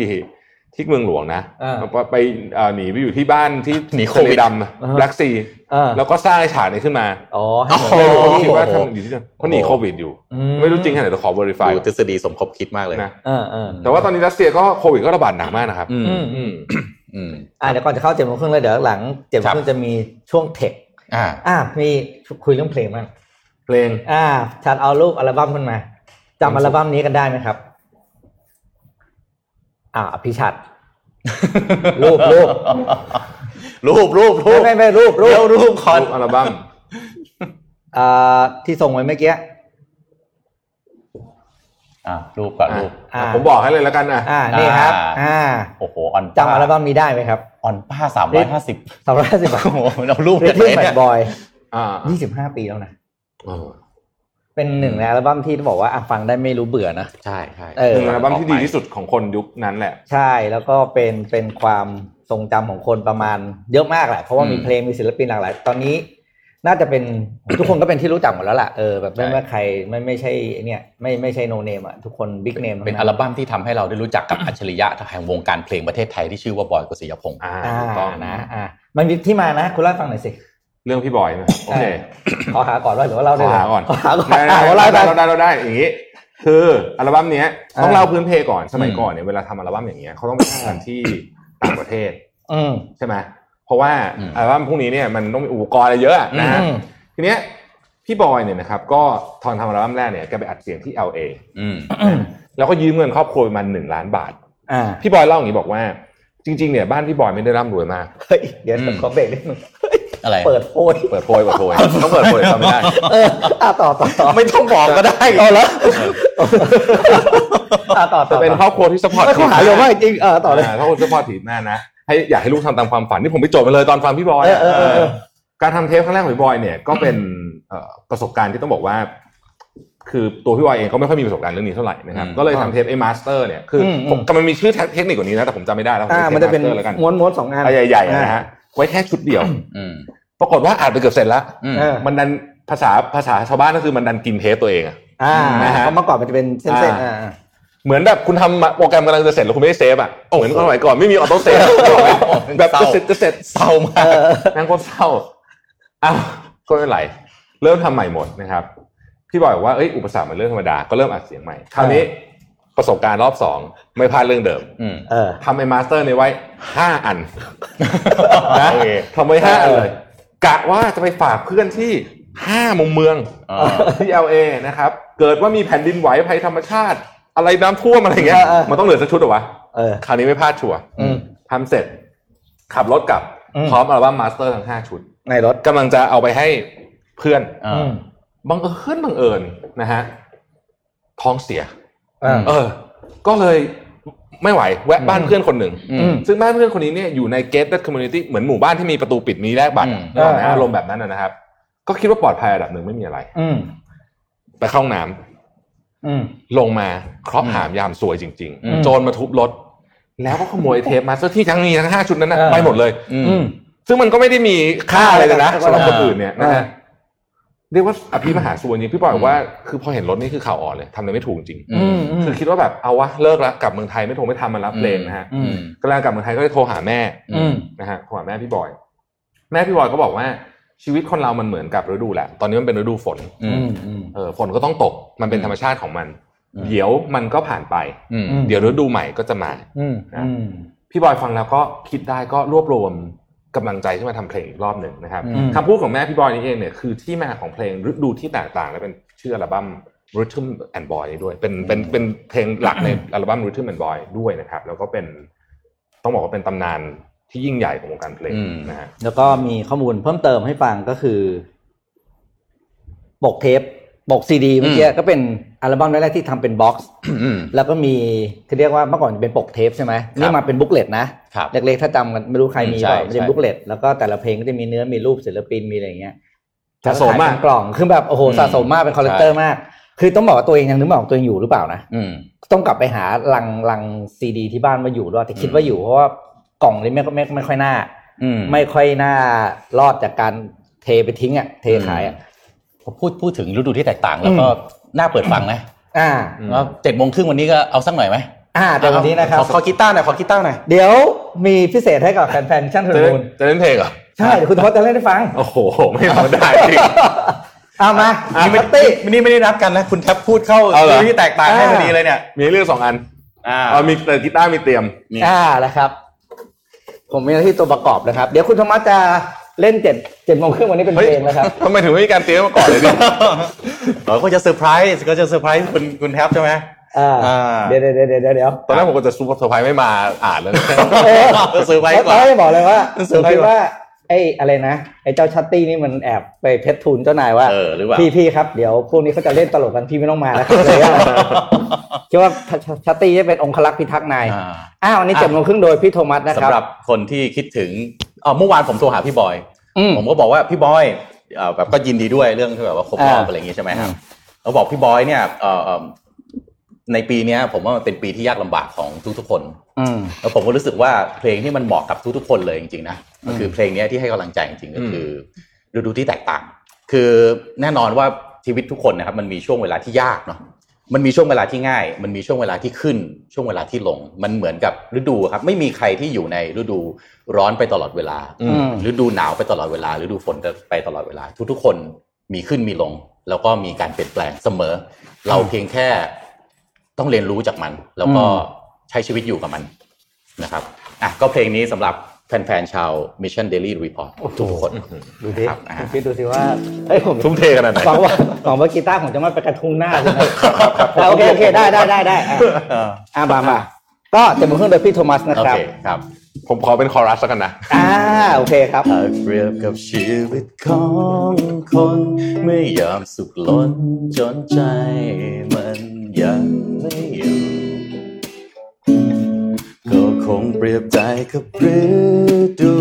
S3: ที่เมืองหลวงนะ
S2: อ่า
S3: ไปไปเอ่อหนีไปอยู่ที่บ้านที่
S4: หนีโควิด
S3: ทะเลด
S2: อ่าฮะ
S3: ำแบล็กซี
S2: อ่า
S3: แล้วก็สร้างไอ้ฉากนี้ขึ้นมา
S2: อ๋อให้
S3: ไม่
S2: หมด
S3: รู้เขาคิดว่าทำอยู่ที่ไหนเขาหนีโควิดอยู่
S2: อืม
S3: ไม่รู้จริงแค่ไหนแต่ขอ verify
S4: ดูทฤษฎีสมคบคิดมากเลย
S3: นะ
S2: เออเออ
S3: แต่ว่าตอนนี้รัสเซียก็โควิดก็ระบาดหนักมากนะครับ
S4: อืม
S2: อืม
S3: อืม
S4: อืม
S2: อ่าเดี๋ยวก่อนจะเข้าเจ็ดโมงครึ่งเลยเดี๋ยวหลังเจ็ดโมงครึ่งจะมีช่วงเทค
S4: อ่า
S2: อ่ามีคุยเรื่องเพลงบ้าง
S3: เพลง
S2: อ่าชัดเอารูปอัลบั้มขึ้นมาจำอัลบั้มนี้กันได้ไหมครับ อ่าอภิชัด รูปรูป
S4: รูปรูปรู
S2: ไม่
S4: ป
S2: ไม่ไม่รูปรู
S4: เดี๋ยว
S2: ป
S4: รูปคอน
S3: รูปอัลบั้ม
S2: อ่าที่ส่งไว้เมื่อกี้
S4: อ่ะรูปก่อนรูป
S2: อ่า
S3: ผมบอกให้เลยแล้วกันนะ
S2: อ่านี่ครับ อ่า
S4: โอ้โหออน
S2: จำอัลบั้มนี้ได้ไหมครับ
S4: ออนป้าสามร้อยห้าสิบ
S2: สองร้อยห้าสิ บ
S4: โอ้โหเรารูป
S2: ลิ
S4: กั
S2: ท
S4: น
S2: เทิล
S4: เลย
S2: แบ
S4: เนี่ย
S2: ดบอย
S3: อ่า
S2: ยี่สิบห้าปีแล้วนะ
S3: เออ
S2: เป็นหนึ่งในอัลบั้มที่ต้องบอกว่าอ่ะฟังได้ไม่รู้เบื่อนะ
S4: ใช่ใช่
S2: เออ
S3: หนึ่งในอัลบั้มที่ดีที่สุดของคนยุคนั้นแหละ
S2: ใช่แล้วก็เป็นเป็นความทรงจำของคนประมาณเยอะมากแหละเพราะว่ามีเพลงมีศิลปินหลากหลาย ตอนนี้น่าจะเป็น ทุกคนก็เป็นที่รู้จักหมดแล้วล่ะเออแบบไม่
S3: ใช่
S2: ว่าใครไม่ไม่ใช่ไอ้เนี่ยไม่ไม่ใช่โนเนมอ่ะทุกคนบิ๊กเนม
S4: เป็นอัลบั้มที่ทำให้เราได้รู้จักกับอัจฉริยะแห่งวงการเพลงประเทศไทยที่ชื่อว่าบอยกฤษยพงศ์
S3: อ่า
S2: อ่า
S3: ถูกต้องนะ
S2: นะอ่ามันมีที่มานะ คุณเล่าให้ฟังหน่อยสิ
S3: เรื่องพี่บอยนะโอเค
S2: ขอหาก่อนว่าหรือว่าเล่า
S3: ข
S2: ได้
S3: อ
S2: เลย
S3: หาก่อน
S2: ขอหาก่อน
S3: ได้
S2: อ่ะ
S3: ได้
S2: ขอ
S3: ได้
S2: เล่า
S3: ได้
S2: ได้
S3: เราได้เราได้อย่างนี้ คืออัลบั้มเนี้ยต้อง
S2: อ่า
S3: เล่าพื้นเพก่อนสมัยก่อนเนี่ยเวลาทำอัลบั้มอย่างเงี้ยเขาต้องไปทำงานที่ต่างประเทศ
S2: อืม
S3: ใช่ไหมเพราะว่าอัลบั้มพวกนี้เนี่ยมันต้องมีอุปกรณ์อะไรเยอะนะฮะ
S2: อืม
S3: ทีเนี้ยพี่บอยเนี่ยนะครับก็ตอนทำอัลบั้มแรกเนี่ยแกไปอัดเสียงที่ LA
S4: อืม
S3: แล้วก็ยืมเงินครอบครัวประมาณหนึ่งล้านบาท
S2: อ่า
S3: พี่บอยเล่าอย่างนี้บอกว่าจริงๆเนี่ยบ้านพี่บอยไม่ได้ร่ำรวยมาก
S2: เฮ้ยเดี๋ยวขอเบรกนิดนึง
S4: อะไร
S2: เปิดโพย
S3: เปิดโพยเปิดโพยต้องเปิดโพยทำไม่ได้
S2: เอออ่ะต่อต่อต่อ
S4: ไม่ต้องบอกก็ได้
S2: ต่อแล้วอ่ะต่อต่
S3: จะ
S2: อ
S3: เป็นค
S2: ต่
S3: ร
S2: อ
S3: อบครัวที่สปอร์ต
S2: ไม่เขาหาเร็วมากจริงๆเออต่อเลย
S3: ถ้าคุณสปอร์ตทีมแน่นะให้อยากให้ลูกทำตามความฝันที่ผมไปโจทย์มาเลยตอนฟังพี่บอยอะ
S2: เออเออเออ
S3: เออการทำเทปครั้งแรกของพี่บอยเนี่ยก็เป็นเอ่อประสบการณ์ที่ต้องบอกว่า คือตัวพี่บอยเองก็ไม่ค่อยมีประสบการณ์เรื่องนี้เท่าไหร่นะครับก็เลยทำเทปไอ้มาสเตอร์เนี่ยคืออ
S2: มอืม
S3: ผมมันมีชื่อเทคนิคกว่านี้นะแต่ผมจำไม่ได้แล้ว
S2: อ่า
S3: ผ
S2: มันจะเป็น
S3: ทป Master แล้วกัน
S2: ม้วนม้วนๆสองอัน
S3: อันใหญ่ๆนะฮะไว้แค่ชุดเดียว
S4: อืม
S3: ปรากฏว่าอ่านไปเกือบเสร็จแล้ว
S4: อืม
S2: เออ
S3: มันดันภาษาภาษาชาวบ้านก็คือมันดันกินเทปตัวเองอะ
S2: อ่า
S3: นะฮะ
S2: เพราะเมื่อก่อนมันจะเป็นเส้นๆ
S3: อ่า
S2: อ่า
S3: เหมือนแบบคุณทำโปรแกรมกำลังจะเสร็จแล้วคุณไม่ได้เซฟอะเหมือนสมัยก่อนไม่มีออโต้เซฟแบบจะเสร็จจะเสร็จ
S4: เศร้ามาก
S3: นั่งโคตรเศร้าอ้าวก็ไม่เป็นไร เริ่มทำใหม่หมดนะครับ พี่บอยบอกว่า เอ้ย อุปสรรคมันเรื่องธรรมดา ก็เริ่มอัดเสียงใหม่ คราวนี้ประสบการณ์รอบสอง ไม่พลาดเรื่องเดิม
S4: อืม
S2: เออ
S3: ทำไอ้มาสเตอร์ในไว้ห้าอันนะ
S4: โอเค
S3: ทำไว้ห้าอันเลย กะว่าจะไปฝากเพื่อนที่ห้ามุมเมือง
S4: อ่า
S3: ที่ LA นะครับ เกิดว่ามีแผ่นดินไหวภัยธรรมชาติ อะไรน้ำท่วมอะไรเงี้ย
S2: เออเออ
S3: มันต้องเหลือสักชุดเหรอวะ
S2: เออ
S3: คราวนี้ไม่พลาดชัวร์
S2: อืม
S3: ทำเสร็จ ขับรถกลับ
S2: อืม
S3: พร้อมอัลบั้มมาสเตอร์ทั้งห้าชุด
S2: ในรถ
S3: กำลังจะเอาไปให้เพื่อน
S4: อ่า
S2: อืม
S3: บังเอิญบังเอิญนะฮะท้องเสีย
S2: อ่า
S3: เออ ก็เลยไม่ไหว แวะบ้านเพื่อนคนหนึ่ง
S4: อืม
S3: ซึ่งบ้านเพื่อนคนนี้เนี่ยอยู่ใน gated community เหมือนหมู่บ้านที่มีประตูปิดมีแลกบัตร
S4: อืม
S3: นึกออกไหม
S2: เออเออ
S3: อารมณ์แบบนั้นนะนะครับ ก็คิดว่าปลอดภัยระดับหนึ่งไม่มีอะไร
S2: อืม
S3: ไปเข้าห้องน้ำ
S2: อืม
S3: ลงมาเครอบหามยามสวยจริง
S4: อืม
S3: ๆ โจรมาทุบรถ แล้วก็ขโมยเทปมาซะที่ทั้งนี้ทั้งห้าชุดนั้นนะ
S2: เออ
S3: ไปหมดเลย
S4: อื
S2: อืม
S4: ม
S3: ซึ่งมันก็ไม่ได้มีค่าอะไรเลยนะ
S2: เออ
S3: สำหรับคนอื่นเนี่ยนะ
S2: เออ
S3: ฮะเรียกว่าอภิมหาสวยจริงพี่ปอยบอกว่าคือพอเห็นรถนี่คือข่าวอ่อนเลยทำอะไรไม่ถูกจริง
S4: อื
S2: อืมม
S3: คือคิดว่าแบบเอาวะเลิกละกลับเมืองไทยไม่ทงไม่ทำมันรับเพลงนะฮะ
S4: อืม
S3: กำลังกลับเมืองไทยก็เลยโทรหาแม่
S4: อืม
S3: นะฮะโทรหาแม่พี่บอย แม่พี่บอยก็บอกว่าชีวิตคนเรามันเหมือนกับฤดูแหละ ตอนนี้มันเป็นฤดูฝน
S4: อืม
S3: เออฝนก็ต้องตกมันเป็นธรรมชาติของมัน
S4: อืม
S3: เดี๋ยวมันก็ผ่านไป
S4: อืม
S2: อืม
S3: เดี๋ยวฤดูใหม่ก็จะมา
S2: อืม
S3: นะ
S2: อืม
S3: พี่บอยฟังแล้วก็คิดได้ก็รวบรวมกำลังใจขึ้นมาทำเพลงอีกรอบหนึ่งนะครับ
S2: อืม
S3: คำพูดของแม่พี่บอยนี่เองเนี่ยคือที่มาของเพลงฤดูที่แตกต่างและเป็นชื่ออัลบั้ม Rhythm and Boy นี้ด้วย เป็นเป็นเป็นเพลงหลักในอัลบั้ม Rhythm and Boy ด้วยนะครับ แล้วก็เป็นต้องบอกว่าเป็นตำนานที่ยิ่งใหญ่ของวงการเพลง
S4: อืม
S3: นะฮะ
S2: แล้วก็มีข้อมูลเพิ่มเติมให้ฟังก็คือ ปกเทป ปกซีดีเมื่อกี้ก็เป็นอัลบั้มแรกๆที่ทำเป็นบ็อกซ์
S4: อืม
S2: แล้วก็มีคือเรียกว่าเมื่อก่อนเป็นปกเทปใช่ไหมนี่มาเป็นบุ๊กเลตนะ
S4: ครับ
S2: เล็กๆ ถ้าจำกันไม่รู้ใครมี
S4: ใช่
S2: เปล่าเป็น
S4: ใช่
S2: บุ๊กเลตแล้วก็แต่ละเพลงก็จะมีเนื้อมีรูปศิลปินมีอะไรอย่างเงี้ย
S3: สะสม
S2: แล้วขย
S3: มาก
S2: เป็นกล่องคือแบบโอ้โห
S4: อืม
S2: สะสมมากเป็นคอลเลกเตอร์มาก คือต้องบอกว่าตัวเองยังนึกไม่ออกตัวเองอยู่หรือเปล่านะ
S4: อืม
S2: ต้องกลับไปหาลังลังซีดีที่บ้านมาอยู่ด้วยแต่คิดว่าอยู่เพราะว่ากล่องนี้ไม่ไม่ไม่ค่อยน่า
S4: อืม
S2: ไม่ค่อยน่ารอดจากการเทไปทิ้งอ่ะเทขายอ่ะ
S4: พอพูดพูดถึงฤดูที่แตกต่างแล้วก็น่าเปิดฟังนะ
S2: อ่า
S4: แล้วเจ็ดโมงครึ่งวันนี้ก็เอาสักหน่อยไหม
S2: อ่าแต่วันนี้นะครับ
S4: ขอขอกีตาร์หน่อยขอกีตาร์หน่อย
S2: เดี๋ยวมีพิเศษให้กับแฟนๆชั่นทุ
S3: จะ
S2: น
S3: เล่น
S2: มูล
S3: จะเล่นเพลงเหรอ
S2: ใช่เดี๋ยวคุณทศจะเล่นให้ฟัง
S3: โอ้โห ไม่เอาได้จริง
S2: เอามา
S3: อ่ะ
S2: พัตตี้
S4: นี่ไม่ได้นัดกันนะ คุณแทบพูดเข้า
S3: เอาเหรอ
S4: ฤดูที่แตกต่างให้พอดีเลยเนี่ย
S3: มีให้เรื่องสองอัน
S4: อ่า
S3: เอามีแต่กีตาร์มีเตรียม
S4: นี่
S2: อ่านะครับ ผมมีหน้าที่ตัวประกอบนะครับ เดี๋ยวคุณธรรมะจะเล่นเจ็ดเจ็ดโมงครึ่งวันนี้เป็น
S3: เฮ้ย
S2: เพลงนะครับ
S3: ทำไมถึงไม่มีการเตรียมมาก่อนเลยเนี่ย
S4: เราก็จะเซอร์ไพรส์ก็จะเซอร์ไพรส์คุณคุณแทบใช่ไหม
S2: อ่า
S4: อ่า
S2: เดี๋ยวเดี๋ยวเดี๋ยวเดี๋ยวเดี๋ยว
S3: ตอนแรกผมก็จะซูเปอร์เซอร์ไพรส์ไม่มาอ่านแล้วนะ
S2: เออ
S4: เซอร์ไพรส์ก
S2: ตอน
S4: ว่า
S2: แรกบอกเลยว่า
S4: เซอร์ไพรส์
S2: คิด
S4: กว่า
S2: ว่า ไอ้อะไรนะไอ้เจ้าชัตตี้นี่มันแอบไปเพชรทูลเจ้านายว่า
S4: เออหรือเปล่า
S2: พี่พี่ครับเดี๋ยวพวกนี้เขาจะเล่นตลกกันพี่ไม่ต้องมาแล้วครับเลยอะคิดว่าชัตตี้จะเป็นองคลักษ์พิทักษ์นาย
S4: อ่า
S2: อ้าวอันนี้เจ็บลงครึ่งโดยพี่โทมัสนะครับ
S4: สำหรับคนที่คิดถึงเอ่อเมื่อวานผมโทรหาพี่บอย
S2: อืม
S4: ผมก็บอกว่าพี่บอยเอ่อแบบก็ยินดีด้วยเรื่องที่แบบว่าครบรอบ
S2: อ่า
S4: อะไรอย่างงี้ใช่ไหมครับเขาบอกพี่บอยเนี่ยเอ่อเอิ่มในปีเนี้ยผมว่ามันเป็นปีที่ยากลำบากของทุกๆคน
S2: อืม
S4: แล้วผมก็รู้สึกว่าเพลงที่มันเหมาะกับทุกๆคนเลยจริงๆนะก็คือเพลงเนี้ยที่ให้กำลังใจจริงๆก็คือฤดูที่แตกต่าง คือแน่นอนว่าชีวิตทุกคนนะครับมันมีช่วงเวลาที่ยากเนาะมันมีช่วงเวลาที่ง่าย มันมีช่วงเวลาที่ขึ้น ช่วงเวลาที่ลง มันเหมือนกับฤดูครับ ไม่มีใครที่อยู่ในฤดูร้อนไปตลอดเวลา
S3: อื
S2: ม
S4: ฤดูหนาวไปตลอดเวลาฤดูฝนไปตลอดเวลา ทุกๆคนมีขึ้นมีลง แล้วก็มีการเปลี่ยนแปลงเสมอ เราเพียงแค่ต้องเรียนรู้จากมัน แล้วก็ใช้ชีวิตอยู่กับมัน นะครับอ่ะก็เพลงนี้สำหรับแฟนๆ ชาว Mission Daily Report ทุกคน
S2: ดูดิ
S4: ครับอ่า
S2: คุณคิดดูสิว่าเอ้ยผม
S3: ทุ่มเทขนาดไหน
S2: หวังว่าหวังว่ากีตาร์ผมจะไม่ไปกระทุ้งห น้าคุณนะแต่โอเคโอเคได้ได้ได้ได้อ่ะอ่ะมามาก็เจ็บลงครึ่งโดยพี่โทมัสนะ
S4: โอ
S2: ครับ
S4: เคครับ
S3: ผมขอเป็นคอรัสแล้วกันนะ
S2: อ่าโอเคครับ
S4: หากเปรียบกับชีวิตของคนเมื่อยามสุขล้นจนใจมันยังไม่อยู่ ก็คงเปรียบใจกับฤดู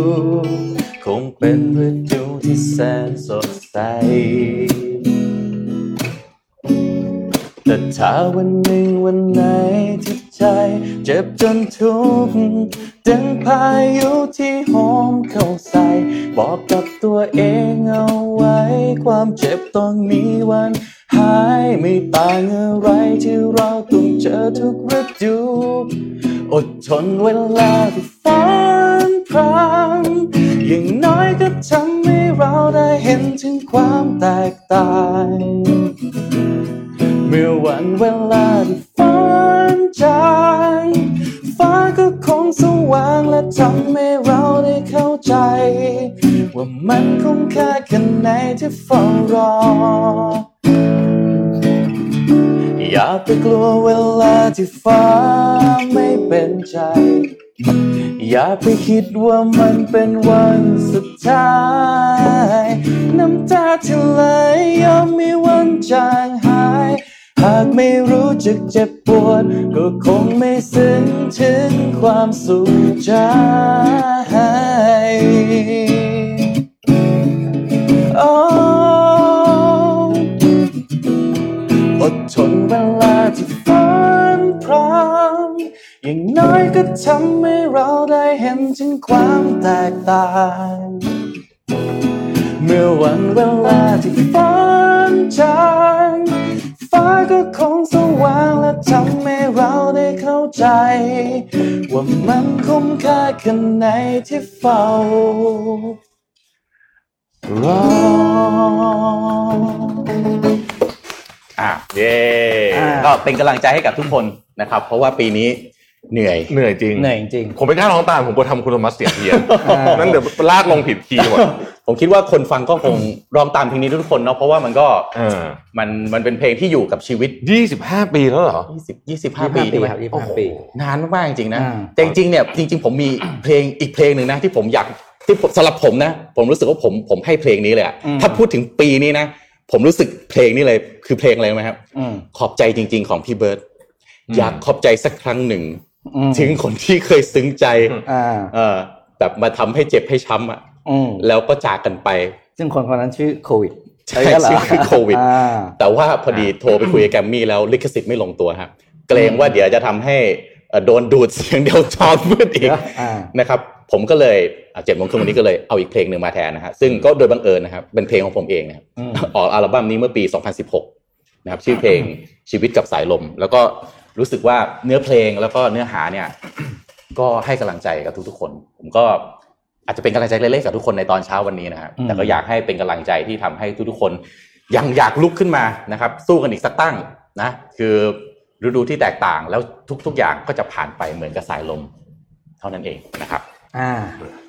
S4: คงเป็นฤดูที่แสนสดใส แต่ถ้าวันหนึ่งวันไหนที่ใจเจ็บจนทุกข์ดังพายุที่โหมเข้าใส่ บอกกับตัวเองเอาไว้ ความเจ็บต้องมีวัน หายไม่ต่างอะไรที่เราต้องเจอทุกฤดู อดทนเวลาที่ฟ้าพรางอย่างน้อยก็ทำให้เราได้เห็นถึงความแตกต่าง เมื่อวันเวลาที่ฟ้าจางฟ้าก็คงสว่างและทำให้เราได้เข้าใจ ว่ามันคุ้มค่าแค่ไหนที่เฝ้ารอ อย่าไปกลัวเวลาที่ฟ้าไม่เป็นใจ อย่าไปคิดว่ามันเป็นวันสุดท้าย น้ำตาที่ไหลย่อมมีวันจางหาย หากไม่รู้จักเจ็บปวด ก็คงไม่ซึ้งถึงความสุขใจ โอ้ อดทนเวลาที่ฟ้านพรางอย่างน้อยก็ทำให้เราได้เห็นถึงความแตกต่าง เมื่อวันเวลาที่ฟ้านจางฟ้าก็คงสว่างและทำให้เราได้เข้าใจ ว่ามันคุ้มค่าแค่ไหนที่เฝ้ารอ อ่ะเย้
S2: อ่า
S4: ก็เป็นกำลังใจให้กับทุกคนนะครับ เพราะว่าปีนี้เหนื่อย
S3: เหนื่อยจริง
S2: เหนื่อยจริง
S3: ผมไม่กล้าร้องตามผมกลัวทำคุณธรรมสเสียงเพี้ย นนั่นเดี๋ยวลากลงผิดคีย์หมด
S4: ผมคิดว่าคนฟังก็คงร้องตามเพลงนี้ทุกคนเนาะเพราะว่ามันก็
S3: เออ
S4: มันมันเป็นเพลงที่อยู่กับชีวิต
S3: ยี่สิบห้าปีแล้วเหรอ
S4: 20 25 ปี
S2: 25
S4: ดีไหม
S2: ครับ25
S4: โอ้โห
S2: ปี
S4: นานมากๆจริงๆนะ
S2: อ่า
S4: แต่จริงๆเนี่ยจริง ๆ ผมมีเพลงอีกเพลงหนึ่งนะ ที่ผมอยากที่ผมสำหรับผมนะ ผมรู้สึกว่าผมผมให้เพลงนี้เลยอะถ้าพูดถึงปีนี้นะ ผมรู้สึกเพลงนี้เลยคือเพลงอะไรรู้ไหมครับ
S2: อืม
S4: ขอบใจจริง ๆ ของพี่เบิร์ต
S3: อืม
S4: อยากขอบใจสักครั้งหนึ่ง
S2: อืม
S4: ถึงคนที่เคยซึ้งใจ
S2: อ่า
S4: เออแบบมาทำให้เจ็บให้ช้ำอ่ะ
S2: อืม
S4: แล้วก็จากกันไป
S2: ซึ่งคนคนนั้นชื่อโควิด
S4: ใช่ชื่อคือโควิด
S2: อ่า
S4: แต่ว่าพอดีโทรไปคุยกับแกรมมี่แล้วลิขสิทธิ์ไม่ลงตัวครับ เกรงว่าเดี๋ยวจะทำให้เอ่อโดนดูดเสียงเดียวจอมมืดอีก
S2: อ่า
S4: นะครับ ผมก็เลยอ่ะเจ็ดโมงครึ่งวันนี้ก็เลยเอาอีกเพลงหนึ่งมาแทนนะฮะซึ่งก็โดยบังเอิญนะครับ เป็นเพลงของผมเองนะครับออกอัลบั้มนี้เมื่อปี 2016 นะครับ ชื่อเพลงชีวิตกับสายลม แล้วก็รู้สึกว่าเนื้อเพลงแล้วก็เนื้อหาเนี่ย ก็ให้กำลังใจกับทุกๆคน ผมก็อาจจะเป็นกำลังใจเล็กๆกับทุกคนในตอนเช้าวันนี้นะครับแต่ก็อยากให้เป็นกำลังใจที่ทำให้ทุกๆคน ยังอยากลุกขึ้นมานะครับ สู้กันอีกสักตั้งนะ คือฤดูที่แตกต่างแล้วทุก ๆ อย่างก็จะผ่านไปเหมือนกับสายลม เท่านั้นเองนะครับ
S2: อ่า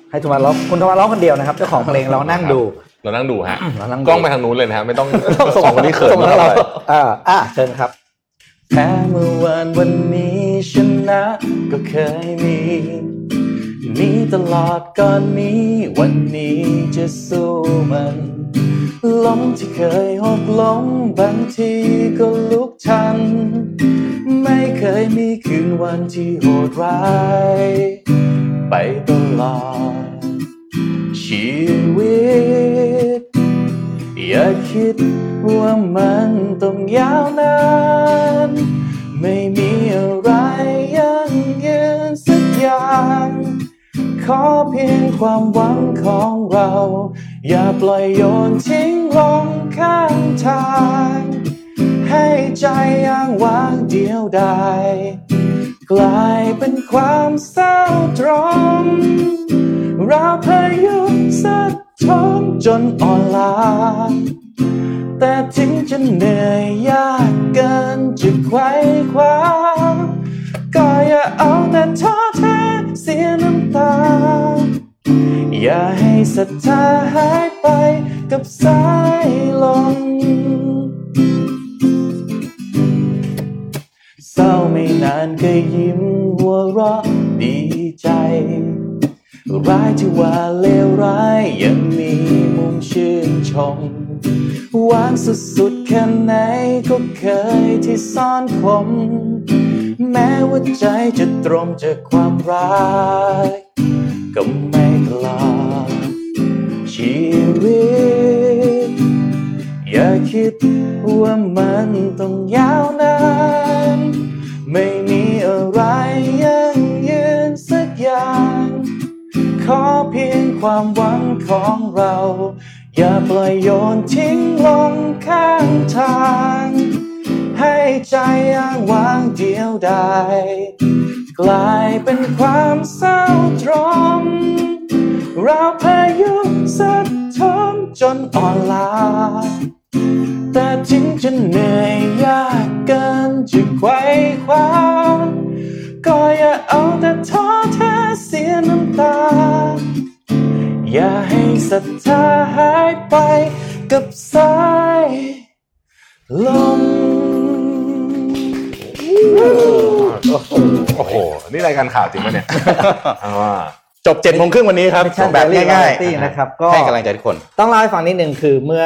S2: ให้ทุกวันร้องคุณทุกวันร้องคนเดียวนะครับเจ้าของเพลงเรานั่งดู
S3: เรานั่งดูฮะ
S2: เรานั่งดู
S3: กล้องไปทางนู้นเลยนะฮะ ไม่ต้องสองคนนี้เขิน
S2: ส่ง
S3: มาก
S2: ให้เรา
S3: เลย
S2: อ่าอ่าเชิญครับ
S4: แพ้เมื่อวานวันนี้ชนะก็เคยมี
S5: มีตลอดก่อนนี้ วันนี้จะสู้มันล้มที่เคยหกล้มบางทีก็ลุกชัน ไม่เคยมีคืนวันที่โหดร้าย ไปตลอด ชีวิต อย่าคิดว่ามันต้องยาวนาน ไม่มีอะไรยั่งยืนสักอย่าง ขอเพียงความหวังของเรา อย่าปล่อยโยนทิ้งลงข้างทาง ให้ใจอ้างว้างเดียวดายกลายเป็นความเศร้าตรองเราพายุสัดทนจนอ่อนล้า แต่ถึงจะเหนื่อยยากเกินจะไขว้คว้าก็อย่าเอาแต่ท้อแท้เสียน้ำตา อย่าให้ศรัทธาหายไปกับสายลมเศร้าไม่นานก็ยิ้มหัวเราะดีใจ ร้ายที่ว่าเลวร้ายยังมีมุมชื่นชมหวานสุดๆแค่ไหนก็เคยที่ซ่อนคม แม้ว่าใจจะตรงจากความรัก ก็ไม่ตลอดชีวิต อย่าคิดว่ามันต้องยาวนาน ไม่มีอะไรยั่งยืนสักอย่าง ขอเพียงความหวังของเรา อย่าปล่อยโยนทิ้งลงข้างทาง ให้ใจอ้างว้างเดียวดายกลายเป็นความเศร้าตรมเราพายุสัดทมจนอ่อนล้า แต่ถึงจะเหนื่อยยากเกินจะไขว้คว้าก็อย่าเอาแต่ท้อแท้เสียน้ำตา อย่าให้ศรัทธาหายไปกับสายลม
S3: โอ้โห นี่รายการข่าวจริงปะเนี่ย อ่า
S5: จบเจ็ดโมงครึ่งวันนี้ครับ
S2: ไม่ใช่
S5: แบบง่า
S2: Daily
S5: ย
S2: Variety
S5: ๆ
S2: นะครับก็
S5: ให้กำลังใจทุกคน
S2: ต้องเล่าให้ฟังนิดนึงคือเมื่อ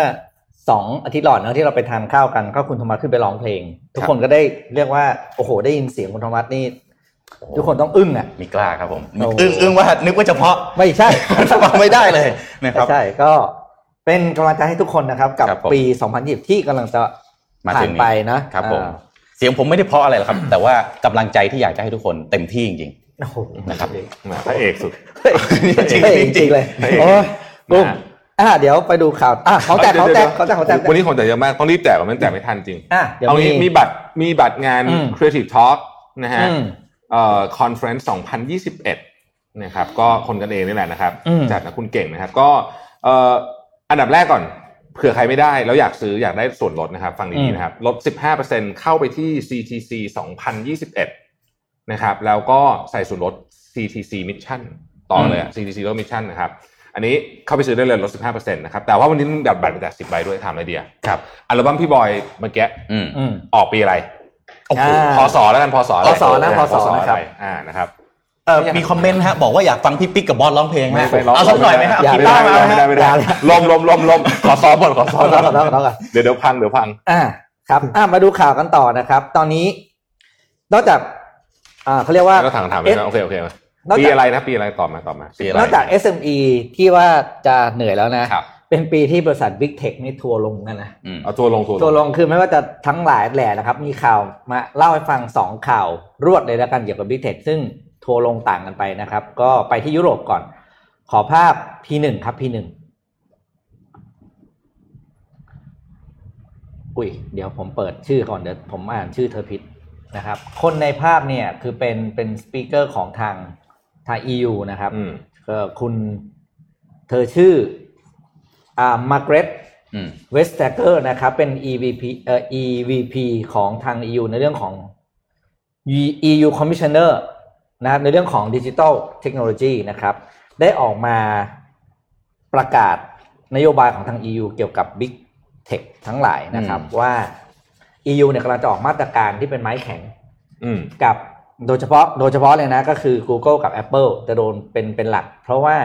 S2: สองอาทิตย์หลอดเนอะที่เราไปทานข้าวกันก็คุณธรรมะขึ้นไปร้องเพลง ทุกคนก็ได้เรียกว่าโอ้โหได้ยินเสียงคุณธรรมะนี่ ทุกคนต้องอึ้งอ่ะ
S5: มีกล้าครับผม
S2: โอ้
S5: อึ้งอึ้งว่านึกว่าเฉพาะ
S2: ไม่ใช่
S5: ฟังไม่ได้เลยนะครับ
S2: ใช่ก็เป็นกำลังใจให้ทุกคนนะครับ กับ
S5: ครับผม
S2: ปี 2020 ที่กำลังจะ
S5: มา
S2: ผ่า
S5: ถึ
S2: น
S5: ง
S2: ไปนะครับ
S5: ผม
S2: อ่า
S5: เสียงผมไม่ได้เพราะอะไรหรอกครับ แต่ว่ากำลังใจที่อยากจะให้ทุกคนเต็มที่จริง
S2: โอ้โห
S5: นะครับ
S3: แหมพระเอกสุด
S5: ๆ
S2: จริงจริงๆเลย
S3: เฮ้ย
S2: โอ้ยกุ้งอ่ะเดี๋ยวไปดูข่าวอ่ะเขาแตกเขาแตกเขาแตกเขาแตก
S3: วันนี้ของแตกเยอะมาก ต้องรีบแตกเพราะมันแตกไม่ทันจริง
S2: อ่ะเดี๋ยว
S3: เอางี้
S2: มี
S3: มีบัตรมีบัตรงาน
S2: อืม
S3: Creative Talk นะฮะ
S2: อืม
S3: เอ่อคอนเฟรนซ์2021นะครับก็คนกันเองนี่แหละนะครับ
S2: อืม
S3: จัดนะคุณเก่งนะครับ ก็เอ่ออันดับแรกก่อน เผื่อใครไม่ได้แล้วอยากซื้ออยากได้ส่วนลดนะครับ ฟังดีๆนะครับ ลด 15%เข้าไปที่ CTC 2021นะครับแล้วก็ใส่ส่วนลด CTC Mission ต่อเลยอะ CTC ลด Mission นะครับ อันนี้เข้าไปซื้อได้เลยลด 15%นะครับแต่ว่าวันนี้ดับบัตรไปแต่10ใบด้วยถามอะไรเดียครับอัลบั้มพี่บอยเมื่อกี้
S5: อืม
S2: อืม
S3: ออกปีอะไร
S2: โอ้โห
S3: พศแล้วกันพศ
S2: พศนะพศนะครับ
S3: อไอ่านะครับ
S5: เออมีคอมเมนต์ฮะบอกว่าอยากฟังพี่ปิ๊กกับบอสร้องเพลง
S3: ไม่
S5: ฮะ
S3: ไปร้อง
S5: เอาสักหน่อยไหมฮะ
S3: อย่า
S5: เอากี
S3: ไม่
S5: ตา
S3: ได้
S5: ร์มาไหม
S3: ไม่
S5: ฮะ
S3: ได้ไม่
S2: อ
S3: ได้
S2: ย่าเลย
S3: ลมลมลมลมขอซ้อมก่อนขอซ้อม
S2: เอา
S3: ก่
S2: ละ
S3: อน
S2: เอาละเอาละ
S3: เดี๋ยวเดี๋ยวพังเดี๋ยวพัง
S2: อ่าครับอ่ามาดูข่าวกันต่อนะครับ ตอนนี้ นอกจากอ่าเขาเรียกว่า
S3: แล้วถามถามไป
S2: เอส
S3: นะโอเคโอเคมาน
S2: อกจาก
S3: ปีอะไรนะปีอะไรตอบมาตอบมาปีอะไร
S2: นอกจาก SME ที่ว่าจะเหนื่อยแล้วนะ
S3: ครับ
S2: เป็นปีที่บริษัท Big Tech นี่ทัวร์ลงกันนะ
S5: อืม
S3: เอาตัวลงตัว
S2: ทัวร์ลงคือไม่ว่าจะทั้งหลายแหล่นะครับ มีข่าวมาเล่าให้ฟังสองข่าวรวดเลยแล้วกันเกี่ยวกับ Big Tech ซึ่งทัวร์ลงต่างกันไปนะครับ ก็ไปที่ยุโรปก่อน ขอภาพ P1 ครับ P1 อุ้ยเดี๋ยวผมเปิดชื่อก่อนเดี๋ยวผมอ่านชื่อเธอผิดนะครับ คนในภาพเนี่ยคือเป็นเป็นสปีกเกอร์ของทางทาง EU นะครับ
S3: อืม
S2: ก็คุณเธอชื่ออ่ามาร์เกรต
S5: อืม
S2: เวสแตเกอร์นะครับ เป็น EVP เอ่อ EVP ของทาง EU ในเรื่องของ E- EU Commissioner นะครับในเรื่องของดิจิ t a ลเทคโนโลยีนะครับ ได้ออกมาประกาศนโยบายของทาง EU เกี่ยวกับ Big Tech ทั้งหลายนะครับ ว่า EU เนี่ยกำลังจะออกมาตรการที่เป็นไม้แข็ง
S3: อืม
S2: กับ โดยเฉพาะโดยเฉพาะเลยนะ ก็คือ Google กับ Apple จะโดนเป็นเป็นหลัก เพราะว่า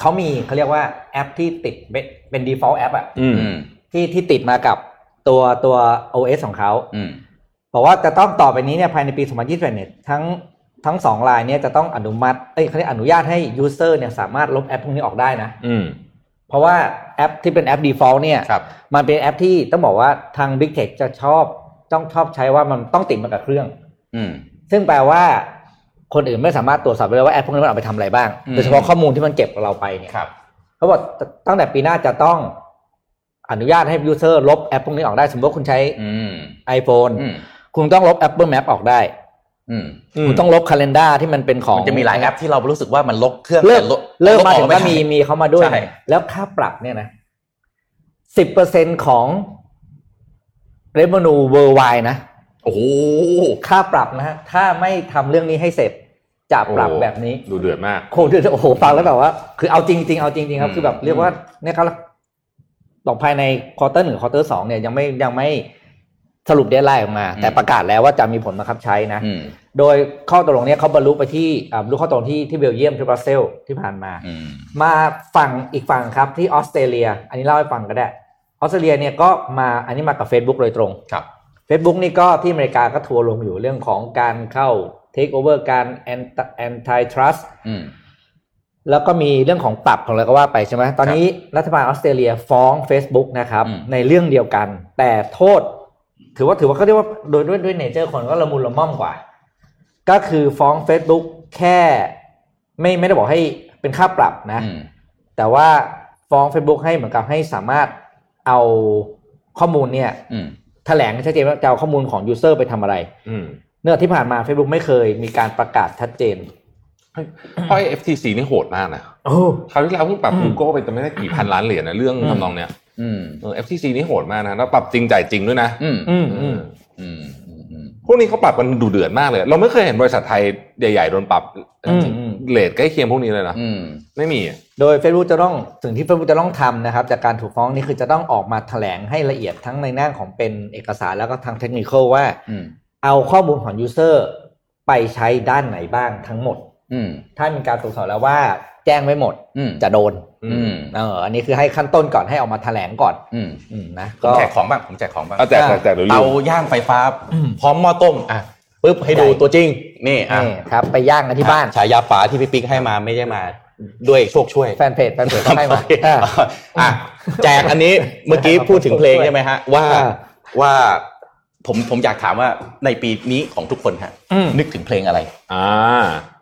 S2: เขามีเขาเรียกว่าแอปที่ติดเป็นเป็น default แอปอะ
S3: อืม
S4: อืม
S2: ที่ที่ติดมากับตัวตัว OS ของเขา
S4: อืม
S2: บอกว่าจะต้องต่อไปนี้เนี่ยภายในปี 2021เนี่ยทั้งทั้งสองลายเนี่ยจะต้องอนุมัติเอ้ยเขาเรียกอนุญาตให้ยูเซอร์เนี่ยสามารถลบแอปพวกนี้ออกได้นะ
S3: อืม
S2: เพราะว่าแอปที่เป็นแอป default เนี่ย
S4: ครับ
S2: มันเป็นแอปที่ต้องบอกว่าทาง Big Tech จะชอบต้องชอบใช้ว่ามันต้องติดมากับเครื่อง
S4: อืม
S2: ซึ่งแปลว่าคนอื่นไม่สามารถตรวจสอบได้เลยว่าแอปพวกนี้มันเอาไปทำอะไรบ้าง
S4: อืม
S2: โดยเฉพาะข้อมูลที่มันเก็บกับเราไปเนี่ย
S4: ครับ
S2: เขาบอกตตั้งแต่ปีหน้าจะต้องอนุญาตให้ยูเซอร์ลบแอปพวกนี้ออกได้ สมมติว่าคุณใช้
S4: อืม
S2: iPhone
S4: อืม
S2: คุณต้องลบ Apple Map ออกได้
S4: อืม
S3: อืม
S2: คุณต้องลบ calendar ที่มันเป็นของ
S4: มันจะมีหลายแอปที่เรารู้สึกว่ามันลบเครื่อง
S2: เลิก
S4: แต่บ
S2: เลิก
S4: บ
S2: มา
S4: อ
S2: ถึง
S4: ไได้
S2: ว่ามีมีเขามาด้วย
S4: ใช่
S2: แล้วค่าปรับเนี่ยนะสิบเปอร์เซ็นของ revenue worldwide นะ
S4: โอ้โห
S2: ค่าปรับนะฮะถ้าไม่ทำเรื่องนี้ให้เสร็จจะปรับ
S3: โอ้
S2: แบบนี้
S3: ดูเดือดมาก
S2: โคตรเดือดโอ้โหฟังแล้วแบบว่า คือเอาจริงจริงๆเอาจริงๆครับ
S4: อืม
S2: คือแบบเรียกว่าเนี่ยครับบอกภายในควอเตอร์หนึ่งควอเตอร์สองเนี่ยยังไม่ยังไม่สรุปเดทไลน์ออกมา แต่ประกาศแล้วว่าจะมีผลบังคับใช้นะ
S4: อืม
S2: โดยข้อตกลงเนี้เขาบรรลุไปที่อ่าบรรลุข้อตกลงที่ที่เบลเยียมที่บรัสเซลส์ที่ผ่านมา
S4: อืม
S2: มาฝั่งอีกฝั่งครับที่ออสเตรเลีย อันนี้เล่าให้ฟังก็ได้ออสเตรเลียเนี่ยก็มาอันนี้มากับ Facebook โดยตรง
S4: ครับ
S2: Facebook นี่ก็ที่อเมริกาก็ทัวร์ลงอยู่เรื่องของการเข้า Take Over การ anti- antitrust
S4: อืม
S2: แล้วก็มีเรื่องของปรับของอะไรก็ว่าไปใช่ไหมตอนนี้รัฐบาลออสเตรเลียฟ้อง Facebook นะครับ
S4: อืม
S2: ในเรื่องเดียวกัน แต่โทษ ถือว่าถือว่าเขาเรียกว่าโดยด้วยด้วยเนเจอร์คนก็ละมุนละม่อมกว่า ก็คือฟ้อง Facebook แค่ไม่ไม่ได้บอกให้เป็นค่าปรับนะ
S4: อืม
S2: แต่ว่าฟ้อง Facebook ให้เหมือนกับให้สามารถเอาข้อมูลเนี่ย
S4: อืม
S2: แถลงให้ชัดเจนว่าจะเอาข้อมูลของยูเซอร์ไปทำอะไร
S3: อืม
S2: เนื่องจากที่ผ่านมา Facebook ไม่เคยมีการประกาศชัดเจน
S3: เพราะไอ้ FTC นี่โหดมากนะ
S2: โอ้
S3: คราวที่แล้วเพิ่งปรับ
S2: อืม
S3: Google ไปจำไม่ได้กี่พันล้านเหรียญนะเรื่องทำนองเนี้ย
S4: อืม
S3: เออ FTC นี่โหดมากนะแล้วปรับจริงจ่ายจริงด้วยนะ
S4: อืม
S2: อืม
S3: เอ
S2: อืม
S3: อ
S4: อืมอืมอืม
S3: พวกนี้เขาปรับกันดูเดือดมากเลย เราไม่เคยเห็นบริษัทไทยใหญ่ๆโดนปรับ
S2: อืมอืม
S3: เลทใกล้เคียงพวกนี้เลยนะ
S4: อืม
S3: ไม่มีอะ
S2: โดย Facebook จะต้องสิ่งที่ Facebook จะต้องทำนะครับ จากการถูกฟ้องนี่คือจะต้องออกมาแถลงให้ละเอียดทั้งในหน้าของเป็นเอกสารแล้วก็ทางเทคนิคอลว่า
S4: อืม
S2: เอาข้อมูลของยูเซอร์ไปใช้ด้านไหนบ้างทั้งหมด
S4: อืม
S2: ถ้ามีการตรวจสอบแล้วว่าแจ้งไม่หมด
S4: อืม
S2: จะโดน
S4: อืม
S2: เอออันนี้คือให้ขั้นต้นก่อนให้ออกมาแถลงก่อน
S4: อืม
S2: อืมนะ
S4: ผม
S2: ก็
S4: แจกของบ้าง ผมแจกของบ้าง
S3: เอาแจกแจกแจกเดี๋ยวลื
S4: เตาม ย่างไฟฟ้า
S2: อืม
S4: พร้อมหม้อต้ม อ่ะปึ๊บให้ดู
S2: ใหญ่
S4: ตัวจริง นี่อ่ะ
S2: นี่ครับ ไปย่างกันที่บ้าน
S4: ฉายาป๋าที่พี่ปิ๊กให้มาไม่ได้มา ด้วยโชคช่วย
S2: แฟนเพจแฟนเพจเขาให้มา
S4: โอเค
S2: อ่า
S4: อ่ะแจกอันนี้เมื่อกี้พูดถึงเพลงใช่ไหมฮะ ว่า
S2: อ่า
S4: ว่าผมผมอยากถามว่าในปีนี้ของทุกคนฮะ
S2: อืม
S4: นึกถึงเพลงอะไร
S3: อ่า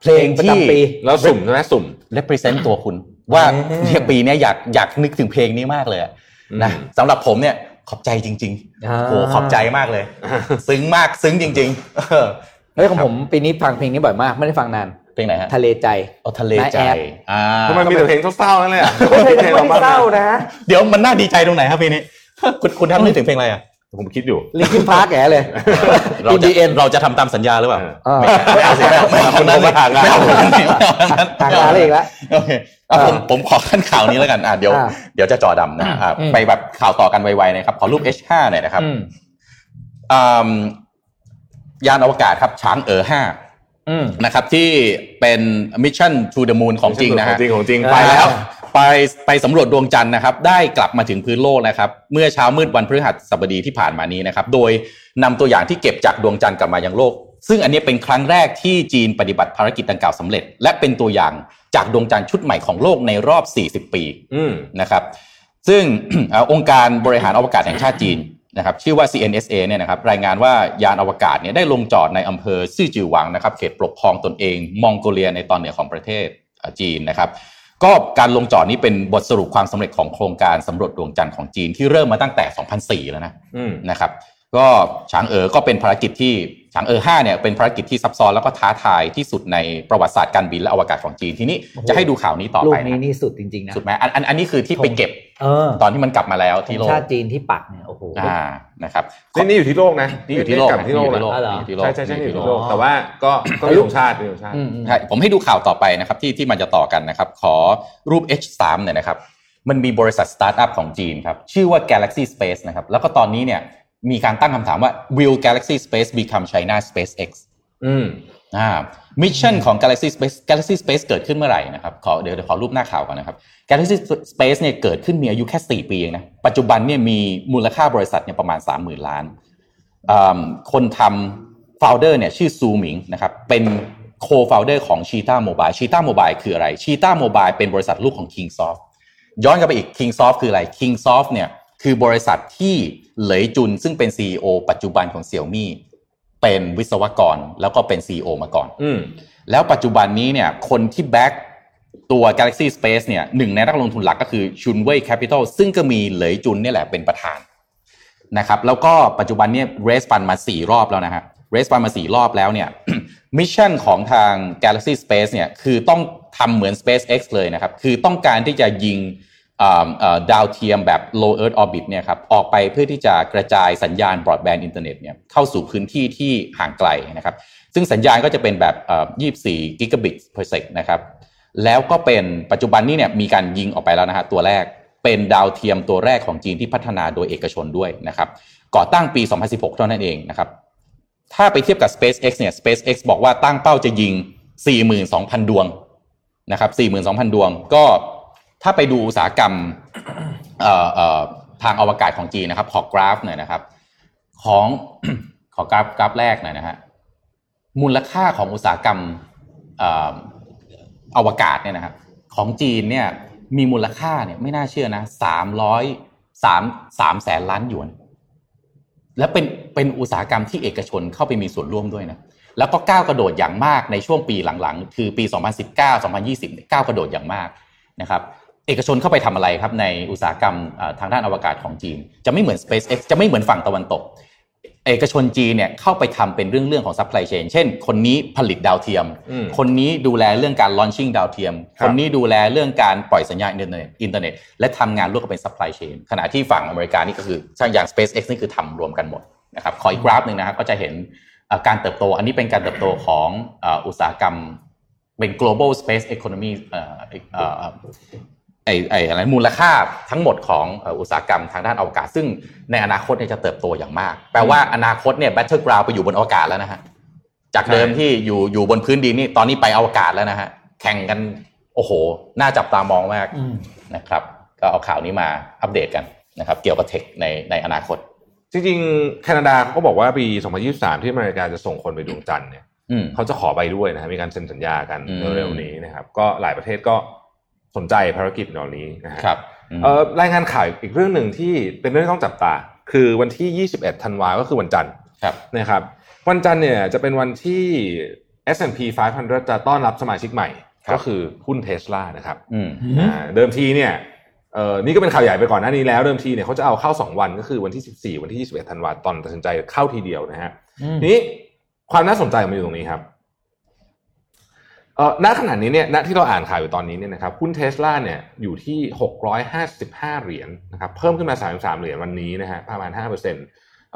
S4: เพลง
S2: ประ
S4: ที่
S2: จำปี
S3: แล้วสุ่มใช่ไหมสุ่ม
S4: represent ตัวคุณ ว่า
S2: อืม
S4: เนี่ยปีเนี้ยอยากอยากนึกถึงเพลงนี้มากเลยอะนะ
S3: อืม
S4: สำหรับผมเนี่ยขอบใจจริงๆโอ้โหขอบใจมากเลย ซึ้งมากซึ้งจริงๆเออ
S2: เฮ้ยของผมปีนี้ฟังเพลงนี้บ่อยมากไม่ได้ฟังนาน
S4: เพลงไหนฮะ
S2: ทะเลใจ
S4: โอทะเลใจ
S2: นายแอด
S4: อ่า
S3: ทำไมมีแต่เพลงเศร้าๆนั่นเลยอะเพลงเราบ้างนะ
S2: นะ
S4: เดี๋ยวมันน่าดีใจตรงไหนครับเพลงนี้ คุณคุณทำนึกถึงเพลงอะไรอ่ะ
S3: ผมคิดอยู่
S2: ลิงคินพาร์กแกเลย
S4: เราจะ
S2: EDN
S4: เราจะทำตามสัญญาหรือเปล่า
S3: เออ
S2: อ่า
S4: ไม่เอาสิไม่เอาไม่เอาคนนั้นสิ
S3: ผมว่าหางาน
S4: ไม่เอาคนนั้นสิไม่เอาคนนั้น
S2: ต่างกันเลยอีกแล้ว
S4: โอเคอ่ะผม
S2: อ่า
S4: ผมขอขั้นข่าวนี้แล้วกันอ่ะเดี๋ยว
S2: อ่า
S4: เดี๋ยวจะจอดำนะอ่ะ
S2: อืม
S4: ไปแบบข่าวต่อกันไวๆนะครับ ขอรูป H5 หน่อยนะครับ
S2: อืม
S4: อ่ายานอวกาศครับช้างเอ๋อ
S2: อืม
S4: 5นะครับที่เป็นมิชชั่น to the moon ของจริงนะ
S3: ขอ
S4: ฮะ
S3: งจริงของจริง
S4: ไปแล้วไปไปสำรวจดวงจันทร์นะครับ ได้กลับมาถึงพื้นโลกนะครับ เมื่อเช้ามืดวันพฤหัสบดีที่ผ่านมานี้นะครับ โดยนำตัวอย่างที่เก็บจากดวงจันทร์กลับมายังโลก ซึ่งอันนี้เป็นครั้งแรกที่จีนปฏิบัติภารกิจดังกล่าวสำเร็จ และเป็นตัวอย่างจากดวงจันทร์ชุดใหม่ของโลกในรอบ 40 ปี
S3: อืม
S4: นะครับซึ่ง เอ่อองค์การบริหารอวกาศแห่งชาติจีนนะครับชื่อว่า CNSA เนี่ยนะครับรายงานว่ายานอวกาศเนี่ยได้ลงจอดในอำเภอซื่อจือหวังนะครับเขตปกครองตนเอง มองโกเลียในตอนเหนือของประเทศเอ่อจีนนะครับก็การลงจอดนี้เป็นบทสรุปความสำเร็จของโครงการสำรวจดวงจันทร์ของจีนที่เริ่มมาตั้งแต่ 2004 แล้วนะ
S3: อืม
S4: นะครับก็ฉางเอ๋อก็เป็นภารกิจที่ฉางเอ๋อห้าเนี่ยเป็นภารกิจที่ซับซ้อนแล้วก็ท้าทายที่สุดในประวัติศาสตร์การบินและอวกาศของจีนทีนี้
S2: โอ้โห
S4: จะให้ดูข่าวนี้ต่อ
S2: ลู
S4: ไป
S2: ก
S4: นะ
S2: นี้
S4: ฮะ
S2: นี่สุดจริง ๆ นะ
S4: สุดไหมอันอันอันนี้คือที่ไปเก็บ
S2: เออ
S4: ตอนที่มันกลับมาแล้วที่โลก
S2: ชาติจีนที่ปักเนี่ยโอ้โห
S4: อ่า นะครับ
S3: นี่นี่อยู่ที่โลกนะ
S4: นี่อยู่ที่โลก
S3: กลับ
S4: นะ
S3: ที่โลก
S4: นี่
S3: นะ
S2: อ๋อเหรอ
S4: อยู่ที่โลก
S3: ใช่ใช่ใช่นี่อยู่ที่โลก
S2: อ๋อ
S3: แต่ว่าก็ก็มีธงชาติมีธงชาติ
S2: อืมอืม
S4: ใช่ผมให้ดูข่าวต่อไปนะครับที่ที่มันจะต่อกันนะครับ ขอรูป H3 เนี่อยนะครับ มันมีบริษัทสตาร์ทอัพของจีนครับ ชื่อว่า Galaxy Space นะครับ แล้วก็ตอนนี้เนี่ยมีการตั้งคำถามว่า will Galaxy Space become China SpaceX
S3: อืม
S4: อ่ามิชชั่นของ Galaxy Space Galaxy Space เกิดขึ้นเมื่อไหร่นะครับขอเดี๋ยวเดี๋ยวขอรูปหน้าข่าวก่อนนะครับ Galaxy Space เนี่ยเกิดขึ้นมีอายุแค่ 4 ปีเองนะปัจจุบันเนี่ยมีมูลค่าบริษัทเนี่ยประมาณ 30,000 ล้านอ่าคนทำ founder เนี่ยชื่อซูหมิงนะครับเป็น co-founder ของ Cheetah Mobile Cheetah Mobile คืออะไร Cheetah Mobile เป็นบริษัทลูกของ Kingsoft ย้อนกลับไปอีก Kingsoft คืออะไร Kingsoft เนี่ยคือบริษัทที่เหลยจุนซึ่งเป็น CEO ปัจจุบันของ Xiaomi เป็นวิศวกรแล้วก็เป็น CEO มาก่อน
S3: อืม
S4: แล้วปัจจุบันนี้เนี่ยคนที่แบ็กตัว Galaxy Space เนี่ยหนึ่งในนักลงทุนหลักก็คือชุนเว่ยแคปิตอลซึ่งก็มีเหลยจุนเนี่ยแหละเป็นประธานนะครับแล้วก็ปัจจุบันเนี่ยเรสฟันมา 4 รอบแล้วนะฮะเรสฟันมา 4 รอบแล้วเนี่ย มิชชั่นของทาง Galaxy Space เนี่ยคือต้องทำเหมือน SpaceX เลยนะครับ คือต้องการที่จะยิงอ่าเอ่อดาวเทียมแบบ low earth orbit เนี่ยครับออกไปเพื่อที่จะกระจายสัญญาณบรอดแบนด์อินเทอร์เน็ตเนี่ยเข้าสู่พื้นที่ที่ห่างไกลนะครับ ซึ่งสัญญาณก็จะเป็นแบบเอ่อ24 gigabit per sec นะครับ แล้วก็เป็นปัจจุบันนี้เนี่ยมีการยิงออกไปแล้วนะฮะตัวแรกเป็นดาวเทียมตัวแรกของจีนที่พัฒนาโดยเอกชนด้วยนะครับ ก่อตั้งปี 2016 เท่านั้นเองนะครับ ถ้าไปเทียบกับ SpaceX เนี่ย SpaceX บอกว่าตั้งเป้าจะยิง 42,000 ดวงนะครับ 42,000 ดวง ก็ถ้าไปดูอุตสาหกรรม เอ่อเอ่อทางอวกาศของจีนนะครับ ขอกราฟหน่อยนะครับ ของ ขอกราฟกราฟแรกหน่อยนะฮะ มูลค่าของอุตสาหกรรมเอ่ออวกาศเนี่ยนะครับของจีนเนี่ยมีมูลค่าเนี่ยไม่น่าเชื่อนะสามร้อยสามสามแสนล้านหยวน และเป็นเป็นอุตสาหกรรมที่เอกชนเข้าไปมีส่วนร่วมด้วยนะแล้วก็ก้าวกระโดดอย่างมากในช่วงปีหลังๆ คือปี 2019 2020เนี่ยก้าวกระโดดอย่างมากนะครับเอกชนเข้าไปทำอะไรครับในอุตสาหกรรมเอ่อทางด้านอวกาศของจีน จะไม่เหมือน SpaceX จะไม่เหมือนฝั่งตะวันตก เอกชนจีนเนี่ยเข้าไปทำเป็นเรื่องเรื่องของซัพพลายเชนเช่น คนนี้ผลิตดาวเทียม
S3: อืม
S4: คนนี้ดูแลเรื่องการลอนชิ่งดาวเทียม
S3: ค
S4: ค
S3: รับ
S4: นนี้ดูแลเรื่องการปล่อยสัญญาณอินเทอร์เน็ตอินเทอร์เน็ตและทำงานร่วมกับเป็นซัพพลายเชนขณะที่ฝั่งอเมริกานี่ก็คืออย่าง SpaceX นี่คือทำรวมกันหมดนะครับขออีกกราฟหนึ่งนะครับก็จะเห็นเอ่อการเติบโต อันนี้เป็นการเติบโตของเอ่ออุตสาหกรรมเป็น global space economy เอ่อเอ่อ ไอ้ไอ้อะไรมูลค่าทั้งหมดของเอ่ออุตสาหกรรมทางด้านอวกาศ ซึ่งในอนาคตเนี่ยจะเติบโตอย่างมาก แปลว่าอนาคตเนี่ยแบทเทิลกราวไปอยู่บนอวกาศแล้วนะฮะจากเดิมที่อยู่อยู่บนพื้นดินนี่ตอนนี้ไปอวกาศแล้วนะฮะแข่งกันโอ้โห น่าจับตามองมาก
S2: อืม
S4: นะครับ ก็เอาข่าวนี้มาอัปเดตกันนะครับ เกี่ยวกับเทคในในอนาคต
S3: จริงๆแคนาดาเขาก็บอกว่าปี 2023 ที่อเมริกาจะส่งคนไปดวงจันทร์เนี่ย
S4: อืม
S3: เขาจะขอไปด้วยนะครับมีการเซ็นสัญญากัน
S4: อืม
S3: เร็วๆนี้นะครับ ก็หลายประเทศก็สนใจภารกิจเหล่านี้นะฮะ
S4: ครับอืม
S3: เอ่อรายงานข่าวอีกเรื่องหนึ่งที่เป็นเรื่องที่ต้องจับตา คือวันที่ 21 ธันวาก็คือวันจันทร์
S4: ครับ
S3: นะครับ วันจันทร์เนี่ยจะเป็นวันที่ S&P 500 จะต้อนรับสมาชิกใหม่ ก็คือหุ้นเทสลานะครับ
S4: อืม
S3: อ่าเดิมทีเนี่ยเอ่อนี่ก็เป็นข่าวใหญ่ไปก่อนหน้านี้แล้วเดิมทีเนี่ยเขาจะเอาเข้า 2 วันก็คือวันที่ 14 วันที่ 21 ธันวาตอนตัดสินใจเข้าทีเดียวนะฮะ
S2: อืม
S3: ทีนี้ความน่าสนใจมันอยู่ตรงนี้ครับเอ่อณขณะนี้เนี่ยณที่เราอ่านข่าวอยู่ตอนนี้เนี่ยนะครับหุ้นเทสลาเนี่ยอยู่ที่ 655 เหรียญนะครับเพิ่มขึ้นมา 33 เหรียญวันนี้นะฮะประมาณ 5%เ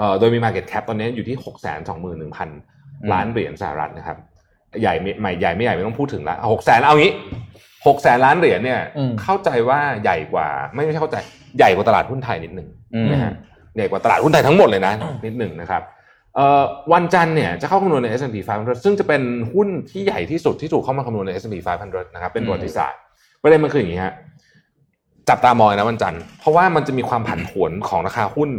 S3: อ่อโดยมี Market Cap ตอนนี้อยู่ที่ 621,000 ล้านเหรียญสหรัฐนะครับ ใหญ่ไม่ใหม่ใหญ่ไม่ใหญ่ไม่ต้องพูดถึงละหกแสนเอางี้หกแสนล้านเหรียญเนี่ย
S2: อืม
S3: เข้าใจว่าใหญ่กว่า ไม่ไม่ใช่เข้าใจใหญ่กว่าตลาดหุ้นไทยนิดหนึ่ง
S4: อืม
S3: นะฮะใหญ่กว่าตลาดหุ้นไทยทั้งหมดเลยนะ นิดหนึ่งนะครับเอ่อวันจันทร์เนี่ยจะเข้าคำนวณใน S&P 500 ซึ่งจะเป็นหุ้นที่ใหญ่ที่สุดที่ถูกเข้ามาคำนวณใน S&P 500 นะครับเป็นประวัติศาสตร์ประเด็นมันคืออย่างนี้ฮะจับตามองนะวันจันทร์เพราะว่ามันจะมีความผันผวนของราคาหุ้น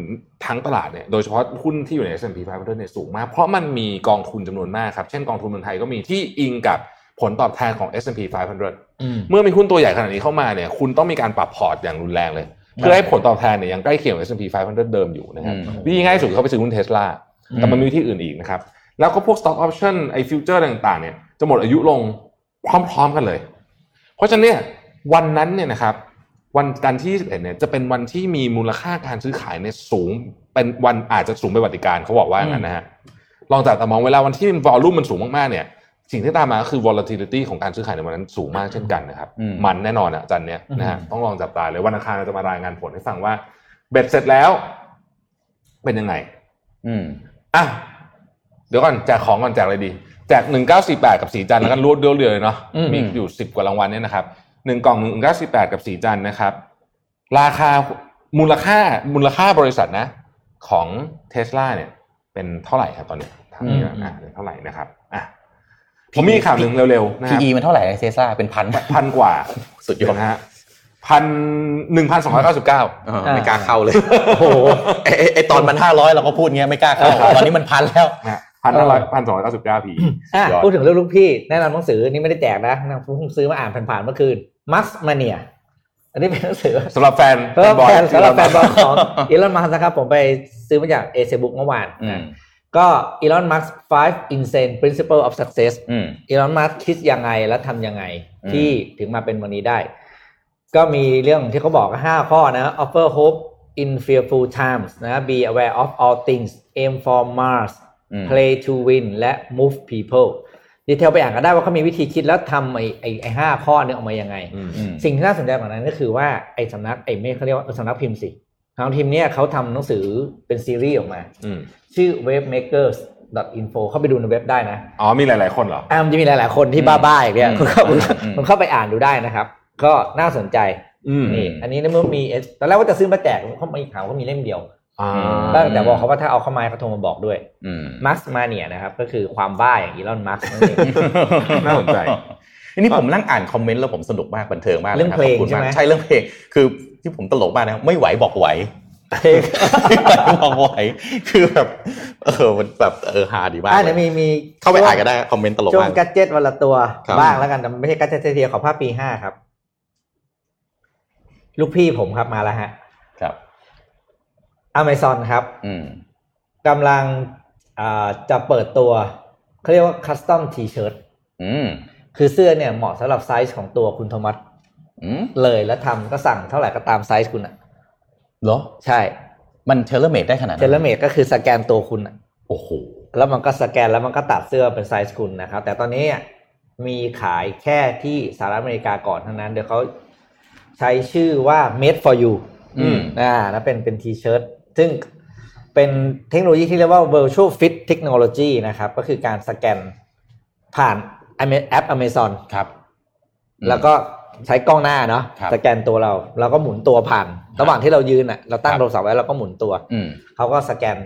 S3: ทั้งตลาดเนี่ยโดยเฉพาะหุ้นที่อยู่ใน S&P 500เนี่ยสูงมากเพราะมันมีกองทุนจำนวนมากครับเช่นกองทุนเมืองไทยก็มีที่อิงกับผลตอบแทนของ S&P 500
S2: อืม
S3: เมื่อมีหุ้นตัวใหญ่ขนาดนี้เข้ามาเนี่ย คุณต้องมีการปรับพอร์ตอย่างรุนแรงเลย เพื่อให้ผลตอบแทนเนี่ยยังใกล้เคียงกับ S&P 500 เดิมอยู่นะครับ
S4: อืม
S3: วิธีง่ายสุดคือเขาไปซื้อหุ้นเทสลาแต่มันมีวิธีอื่นอีกนะครับ แล้วก็พวก stock option ไอ้ฟิวเจอร์ต่างๆเนี่ยจะหมดอายุลงพร้อมๆกันเลย เพราะฉะนั้นเนี่ยวันนั้นเนี่ยนะครับ วันจันทร์ที่ 21 เนี่ยจะเป็นวันที่มีมูลค่าการซื้อขายเนี่ยสูงเป็นวันอาจจะสูงเป็นประวัติการณ์เขาบอกว่าอย่างนั้นนะฮะลองจับตามองเวลาวันที่วอลลุ่มมันสูงมากๆเนี่ย สิ่งที่ตามมาก็คือ volatility ของการซื้อขายในวันนั้นสูงมากเช่นกันนะครับ
S4: อืม
S3: มันแน่นอนอะจันเนี้ยนะฮะ
S2: อืม
S3: ต้องลองจับตาเลยวันอังคารเราจะมารายงานผลให้ฟังว่า เบ็ดเสร็จแล้ว เป็นยังไง
S4: อืม
S3: อ่ะเดี๋ยวก่อนแจกของก่อนแจกอะไรดี แจกหนึ่งเก้าสี่แปดกับสีจันทร์แล้วกันรวดเดียวเดียวเลยเนาะ
S2: อืม
S3: มีอยู่สิบกว่ารางวัลเนี่ยนะครับหนึ่งกล่องหนึ่งเก้าสี่แปดกับสีจันทร์นะครับ ราคามูลค่ามูลค่าบริษัทนะ ของเทสลาเนี่ย เป็นเท่าไหร่ครับตอนเนี้ย ทำนี่
S4: อืม
S3: อ่ะเท่าไหร่นะครับอ่ะผมมีข่าวหนึ่งเร็วๆนะครับ
S4: PE มันเท่าไหร่ในเทสลาเป็นพัน
S3: พันกว่า
S4: สุดยอด
S3: นะฮะพันหนึ่งพันสองร้อยเก้าสิบเก้า
S4: เออไม่กล้าเข้าเลย โอ้ไอไอ้ไอตอนมันห้าร้อยเราก็พูดเงี้ยไม่กล้าเข้า
S3: เออ
S4: ตอนนี้มันพันแล้ว
S3: พันห้าร้อยพันสองร้อยเก้าสิบเก้าพี
S2: อ่ะ
S4: ยอด
S2: พูดถึงเรื่องลูกพี่แน่นอนหนังสือนี่ไม่ได้แจกนะนะผมเพิ่งซื้อมาอ่านผ่านๆเมื่อคืน Max Mania อันนี้เป็นหนังสือ
S3: สำหรับแฟน
S2: สำหรับแฟนสำหรับแฟนบอล
S3: ล
S2: ของอีลอนมัสนะครับผมไปซื้อมาจากเอเซบุ๊กเมื่อวาน
S4: อืม
S2: นะก็อีลอนมัส5 insane principle of success
S4: อืม
S2: อีลอนมัสคิดยังไงและทำยังไง
S4: อืม
S2: ที่ถึงมาเป็นวันนี้ได้ ก็มีเรื่องที่เขาบอก 5 ข้อนะ offer hope in fearful times นะ be aware of all things aim for Mars
S4: อืม
S2: play to win และ move people ดีเทลไปอ่านกันได้ว่าเขามีวิธีคิดแล้วทำไอ้ไอ้ไอ้ห้าข้อเนี้ออกมายังไง
S3: อืม
S4: อืม
S2: สิ่งที่น่าสนใจกว่านั้นก็คือว่าไอ้สำนักไอ้ไม่เขาเรียกว่าเออสำนักพิมพ์สิทางพิมพ์เนี่ยเขาทำหนังสือเป็นซีรีส์ออกมา
S3: อืม
S2: ชื่อ webmakers.info เข้าไปดูในเว็บได้นะ
S3: อ๋อมีหลาย ๆ คนเหรอ
S2: อ่ามันจะมีหลาย ๆ คนที่บ้าๆอย่างเงี้ย
S4: อืม
S2: คุณเข้าไป
S4: อืม
S2: คุณเข้าไปอ่านดูได้นะครับ ก็น่าสนใจ
S3: อืม
S2: นี่อันนี้เนี่ยเมื่อมีตอนแรกว่าจะซื้อมาแจกเขามีข่าวเขามีเล่มเดียว
S3: อ่า
S2: ก็แต่บอกเขาว่าถ้าเอาเข้ามาเขาโทรมาบอกด้วย
S4: อืม
S2: มาร์คมาเนียนะครับก็คือความบ้าอย่างอีลอนมาร์ก
S3: น่าสนใจ
S4: อันนี้ผมนั่งอ่านคอมเมนต์แล้วผมสนุกมากบันเทิงมาก
S2: เรื่อง
S4: นะคบ
S2: เพลง
S4: ขบคุณาก
S2: ใช่ไหม
S4: ใช่เรื่องเพลงคือที่ผมตลกมากนะไม่ไหวบอกไหวไม่ไหวบอกไหวคือแบบเออมันแบบเออฮาดีมาก
S2: อ่า
S4: เล
S2: เดี๋ย
S4: ยว
S2: มีมี
S4: เข้าไปอ่านก็ได้คอมเมนต์ตลก
S2: ช่วง
S4: มาก
S2: กัจเจ็ตวันละตัว
S4: ครับ
S2: บ้างแล้วกันแต่ไม่ใช่กัจเจ็ตเทียขอภาพปีห้าครับ ลูกพี่ผมครับมาแล้วฮะ
S4: ครับ
S2: อเมซอนครับ
S4: อืม
S2: กำลังอ่าจะเปิดตัวเขาเรียกว่าคัสตอมทีเชิ t
S4: อืม
S2: คือเสื้อเนี่ยเหมาะสำหรับไซส์ของตัวคุณโทมัส
S4: อืม
S2: เลยแล้วทำก็สั่งเท่าไหร่ก็ตามไซส์คุณอ่ะ
S4: เหรอ
S2: ใช่
S4: มันเทเลเมดได้ขนาด
S2: เทเล
S4: นั้น
S2: เมดก็คือสแกนตัวคุณอะ
S4: โอ้โห
S2: แล้วมันก็สแกนแล้วมันก็ตัดเสื้อเป็นไซส์คุณนะครับ แต่ตอนนี้อะมีขายแค่ที่สหรัฐอเมริกาก่อนเท่านั้น เดี๋ยวเขาใช้ชื่อว่า made for you
S4: อืม
S2: อ่าแล้วเป็นเป็นทีเชิ t ซึ่งเป็นเทคโนโลยีที่เรียกว่า virtual fit technology นะครับ ก็คือการสแกนผ่าน Ama- แอป Amazon
S4: ครับ
S2: แล้วก็ใช้กล้องหน้าเนาะ
S4: ครับ
S2: สแกนตัวเรา เราก็หมุนตัวผ่าน ระหว่างที่เรายืนอ่ะเราตั้ง
S4: ครับ
S2: โทรศัพท์ไว้เราก็หมุนตัว
S4: อืม
S2: เขาก็สแกน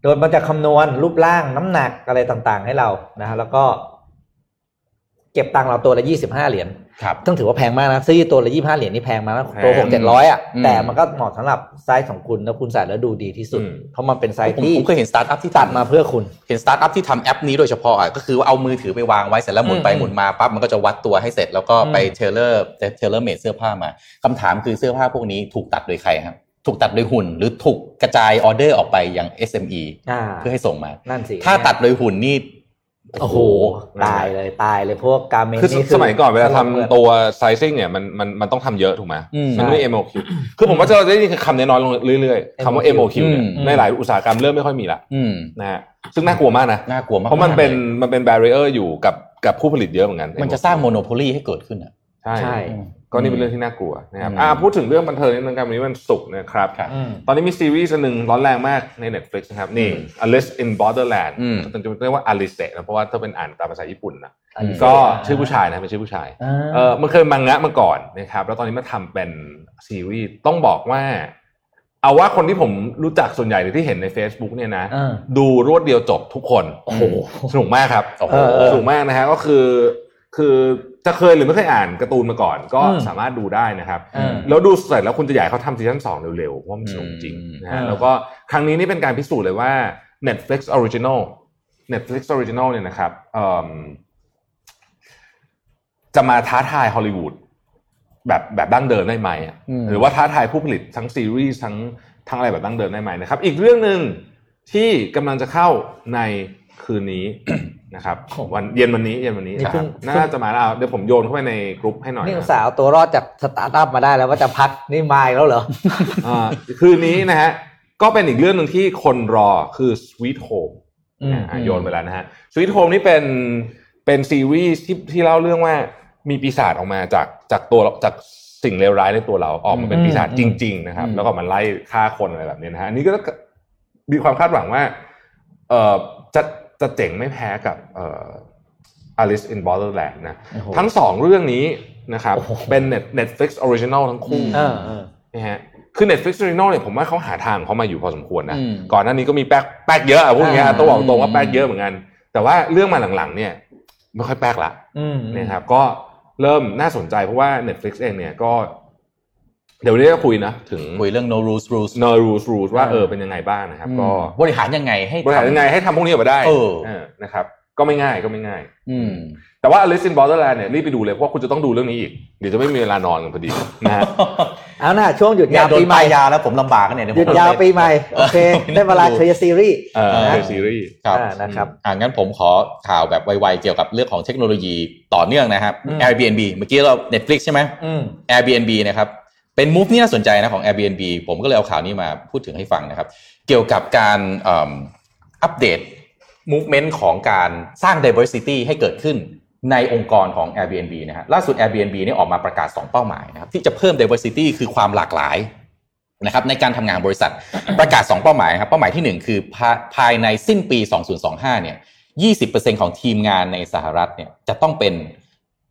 S2: โดยมันจะคำนวณรูปร่างน้ำหนักอะไรต่างๆ ให้เรานะฮะแล้วก็ เก็บตังค์เราตัวละยี่สิบห้าเหรียญ
S4: ครับ
S2: ต้องถือว่าแพงมากนะซื้อตัวละยี่ห้าเหรียญนี่แพงมากนะ
S3: แพง
S2: ตัวหกเจ็ดร้อยอ่ะ
S4: อืม
S2: แต่มันก็เหมาะสำหรับไซส์ของคุณแล้วคุณใส่แล้วดูดีที่สุด
S3: อืม
S2: เพราะมันเป็นไซส์
S4: ผม
S2: ที่
S4: ผมเคยเห็นสตาร์ทอัพที่
S2: ตั
S4: ตั
S2: ด
S4: ด
S2: มา
S4: มา
S2: เพื่อคุณ
S4: เห็นสตาร์ทอัพที่ทำแอปนี้โดยเฉพาะอ่ะก็คือว่าเอามือถือไปวางไว้เสร็จแล้วหมุนไป
S2: อืม
S4: หมุนมาปั๊บมันก็จะวัดตัวให้เสร็จแล้วก็ไป
S2: อืม
S4: เทเลอร์เทเลอร์เมดเสื้อผ้ามาคำถามคือเสื้อผ้าพวกนี้ถูกตัดโดยใครครับ ถูกตัดโดยหุ่น หรือถูกกระจายออเดอร์ออกไปยัง SME
S2: อ่า
S4: เพื่อให้ส่งมา
S2: นั่นสิ
S4: ถ้าตัดโดยหุ่นนี่
S2: โอ้โห ตายเลยตายเลยพวกกาเมน
S3: คือ
S2: นี่
S3: สมัยก่อนเวลาทำตัวไซซิ่งเนี่ยมันมันมันต้องทำเยอะถูกไหม
S4: อืม
S3: มันไม่ MOQ คือผมว่าเราจะได้ยินคำนี้น้อยลงเรื่อยๆคำว่า MOQ เนี่ย
S4: อืม
S3: ในหลายอุตสาหกรรมเริ่มไม่ค่อยมีละ
S4: อืม
S3: นะฮะซึ่งน่ากลัวมากนะ
S4: น่ากลัวมาก
S3: เพราะมันเป็นมันเป็น barrier อยู่กับกับผู้ผลิตเยอะเหมือนกัน
S4: มันจะสร้างโมโนโพลีให้เกิดขึ้นอ่ะ
S3: ใช่
S2: ใช่
S3: ก็นี่เป็นเรื่องที่น่ากลัวนะครับ
S4: อืม
S3: อ่าพูดถึงเรื่องบันเทิงนิดนึงครับวันนี้วันศุกร์นะครับ
S2: อืม
S3: ตอนนี้มีซีรีส์อันหนึ่งร้อนแรงมากใน Netflix นะครับ นี่ Alice in Borderland
S4: อืม
S3: จริงๆเรียกว่าอลิเซนะเพราะว่าถ้าเป็นอ่านตามภาษาญี่ปุ่นนะ
S2: อันนี้
S3: ก็
S2: สวยะ
S3: ชื่อผู้ชายนะเป็นชื่อผู้ชาย
S2: อ่า
S3: เออมันเคยมังงะมาก่อนนะครับแล้วตอนนี้มาทำเป็นซีรีส์ต้องบอกว่า เอาว่าคนที่ผมรู้จักส่วนใหญ่หรือที่เห็นใน Facebook เนี่ยนะ
S2: า
S3: ดูรวดเดียวจบทุกคน
S2: โอ้โห
S3: สนุกมากครับ
S2: เออเออ
S3: สนุกมากนะฮะก็คือคือจะเคยหรือไม่เคยอ่านการ์ตูนมาก่อน ก็
S2: อืม
S3: สามารถดูได้นะครับ
S2: อืม
S3: แล้วดูเสร็จแล้วคุณจะอยากให้เขาทำซีซั่นสองเร็วๆเพราะมันสนุกจริง
S4: อืม
S3: นะฮะ
S2: เออ
S3: แล้วก็ครั้งนี้นี่เป็นการพิสูจน์เลยว่า Netflix Original Netflix Original เนี่ยนะครับเอิ่มจะมาท้าทายฮอลลีวูดแบบแบบดั้งเดิมได้ไหมอะ
S4: อืม
S3: หรือว่าท้าทายผู้ผลิตทั้งซีรีส์ทั้งทั้งอะไรแบบดั้งเดิมได้ไหมนะครับ อีกเรื่องหนึ่งที่กำลังจะเข้าในคืนนี้ นะครับ วันเย็นวันนี้เย็นวันนี้
S2: นี่
S3: นะ
S2: เพิ่
S3: ครั
S2: ง
S3: บ
S2: เพิ่ง
S3: น่าจะมาแล้วเดี๋ยวผมโยนเข้าไปในกรุ๊ปให้หน่อย
S2: นี่
S3: นะ
S2: อุตสาวตัวรอดจากสตาร์ทอัพมาได้แล้วว่าจะพักนี่มาอีกแล้วเหรอ
S3: อ่าคืนนี้นะฮะก็เป็นอีกเรื่องหนึ่งที่คนรอคือ Sweet Home
S2: อืม
S3: อ่าโยนไปแล้วนะฮะ Sweet Home นี่เป็นเป็นซีรีส์ที่ที่เล่าเรื่องว่ามีปีศาจออกมาจากจากตัวจากสิ่งเลวร้ายในตัวเราออกมาเป็น
S2: อืม
S3: ปีศาจ
S2: อื
S3: จ
S2: ม
S3: ริง ๆ นะครับ
S4: อืม
S3: แล้วก็มันไล่ฆ่าคนอะไรแบบนี้นะฮะอันนี้ก็มีความคาดหวังว่าเออจะจะเจ๋งไม่แพ้กับเอ่อ Alice in Borderland นะ
S2: โอ้โห
S3: ทั้งสองเรื่องนี้นะครับ
S2: โอ้โห
S3: เป็น Net- Netflix Original ทั้งคู่
S2: เออเออ
S3: นะฮะ ค คือ Netflix Original เนี่ยผมว่าเขาหาทางของเขามาอยู่พอสมควรนะ
S4: อืม
S3: ก่อนหน้านี้ก็มีแป๊กแป๊กเยอะอะพวกเนี้ย
S2: อ่า
S3: ต้องบอกตรงว่า
S4: อืม
S3: แป๊กเยอะเหมือนกัน แต่ว่าเรื่องมาหลังๆเนี่ยไม่ค่อยแป๊กละ
S2: อืม
S3: นะครับก็เริ่มน่าสนใจเพราะว่า Netflix เองเนี่ยก็ เดี๋ยววันนี้จะคุยนะถึง
S4: คุยเรื่อง no rules rules
S3: No Rules Rules ว่าเออเป็นยังไงบ้างนะครับ ก็
S4: บริหารยังไงให้
S3: บริหารยังไง
S4: ทำ
S3: ให้ทำพวกนี้ออกมาได้
S4: เออ
S3: เออนะครับ ก็ไม่ง่ายก็ไม่ง่าย
S4: อืม
S3: แต่ว่า Alice in Borderland เนี่ยรีบไปดูเลยเพราะว่าคุณจะต้องดูเรื่องนี้อีก เดี๋ยวจะไม่มีเวลานอนกันพอดีนะฮะ
S2: เอาหน่าช่วงหยุ
S4: เนี่ย
S2: ดาย วย
S4: โดน
S2: ปีให
S4: ป
S2: ม่
S4: ลายยาแล้วผมลำบากกันเนี่ยเดี๋
S2: หยุด
S4: ผม
S2: ยาว
S4: ไป
S2: ปีใหม่โอเค
S4: เออ
S2: ได้เวลาเคลียร์ซีรีส์
S3: เออ
S4: อ่า
S3: เป็นซีรีส์
S4: ครับ
S2: อ่านะครับ
S4: อ่างั้นผมขอข่าวแบบไวๆเกี่ยวกับเรื่องของเทคโนโลยีต่อเนื่องนะครับ
S2: อืม
S4: Airbnb เมื่อกี้เรา Netflix ใช่ไหม
S2: อืม
S4: Airbnb นะครับ เป็นมูฟที่น่าสนใจนะของ Airbnb ผมก็เลยเอาข่าวนี้มาพูดถึงให้ฟังนะครับ เกี่ยวกับการเอิ่มอัปเดต movement ของการสร้าง diversity ให้เกิดขึ้นในองค์กรของ Airbnb นะฮะล่าสุด Airbnb เนี่ยออกมาประกาศ 2 เป้าหมายนะครับที่จะเพิ่ม diversity คือความหลากหลายนะครับในการทำงานบริษัท ประกาศ 2 เป้าหมายนะครับเป้าหมายทีหนึ่1 คือภาภายในสิ้นปี 2025เนี่ย 20%ของทีมงานในสหรัฐเนี่ยจะต้องเป็น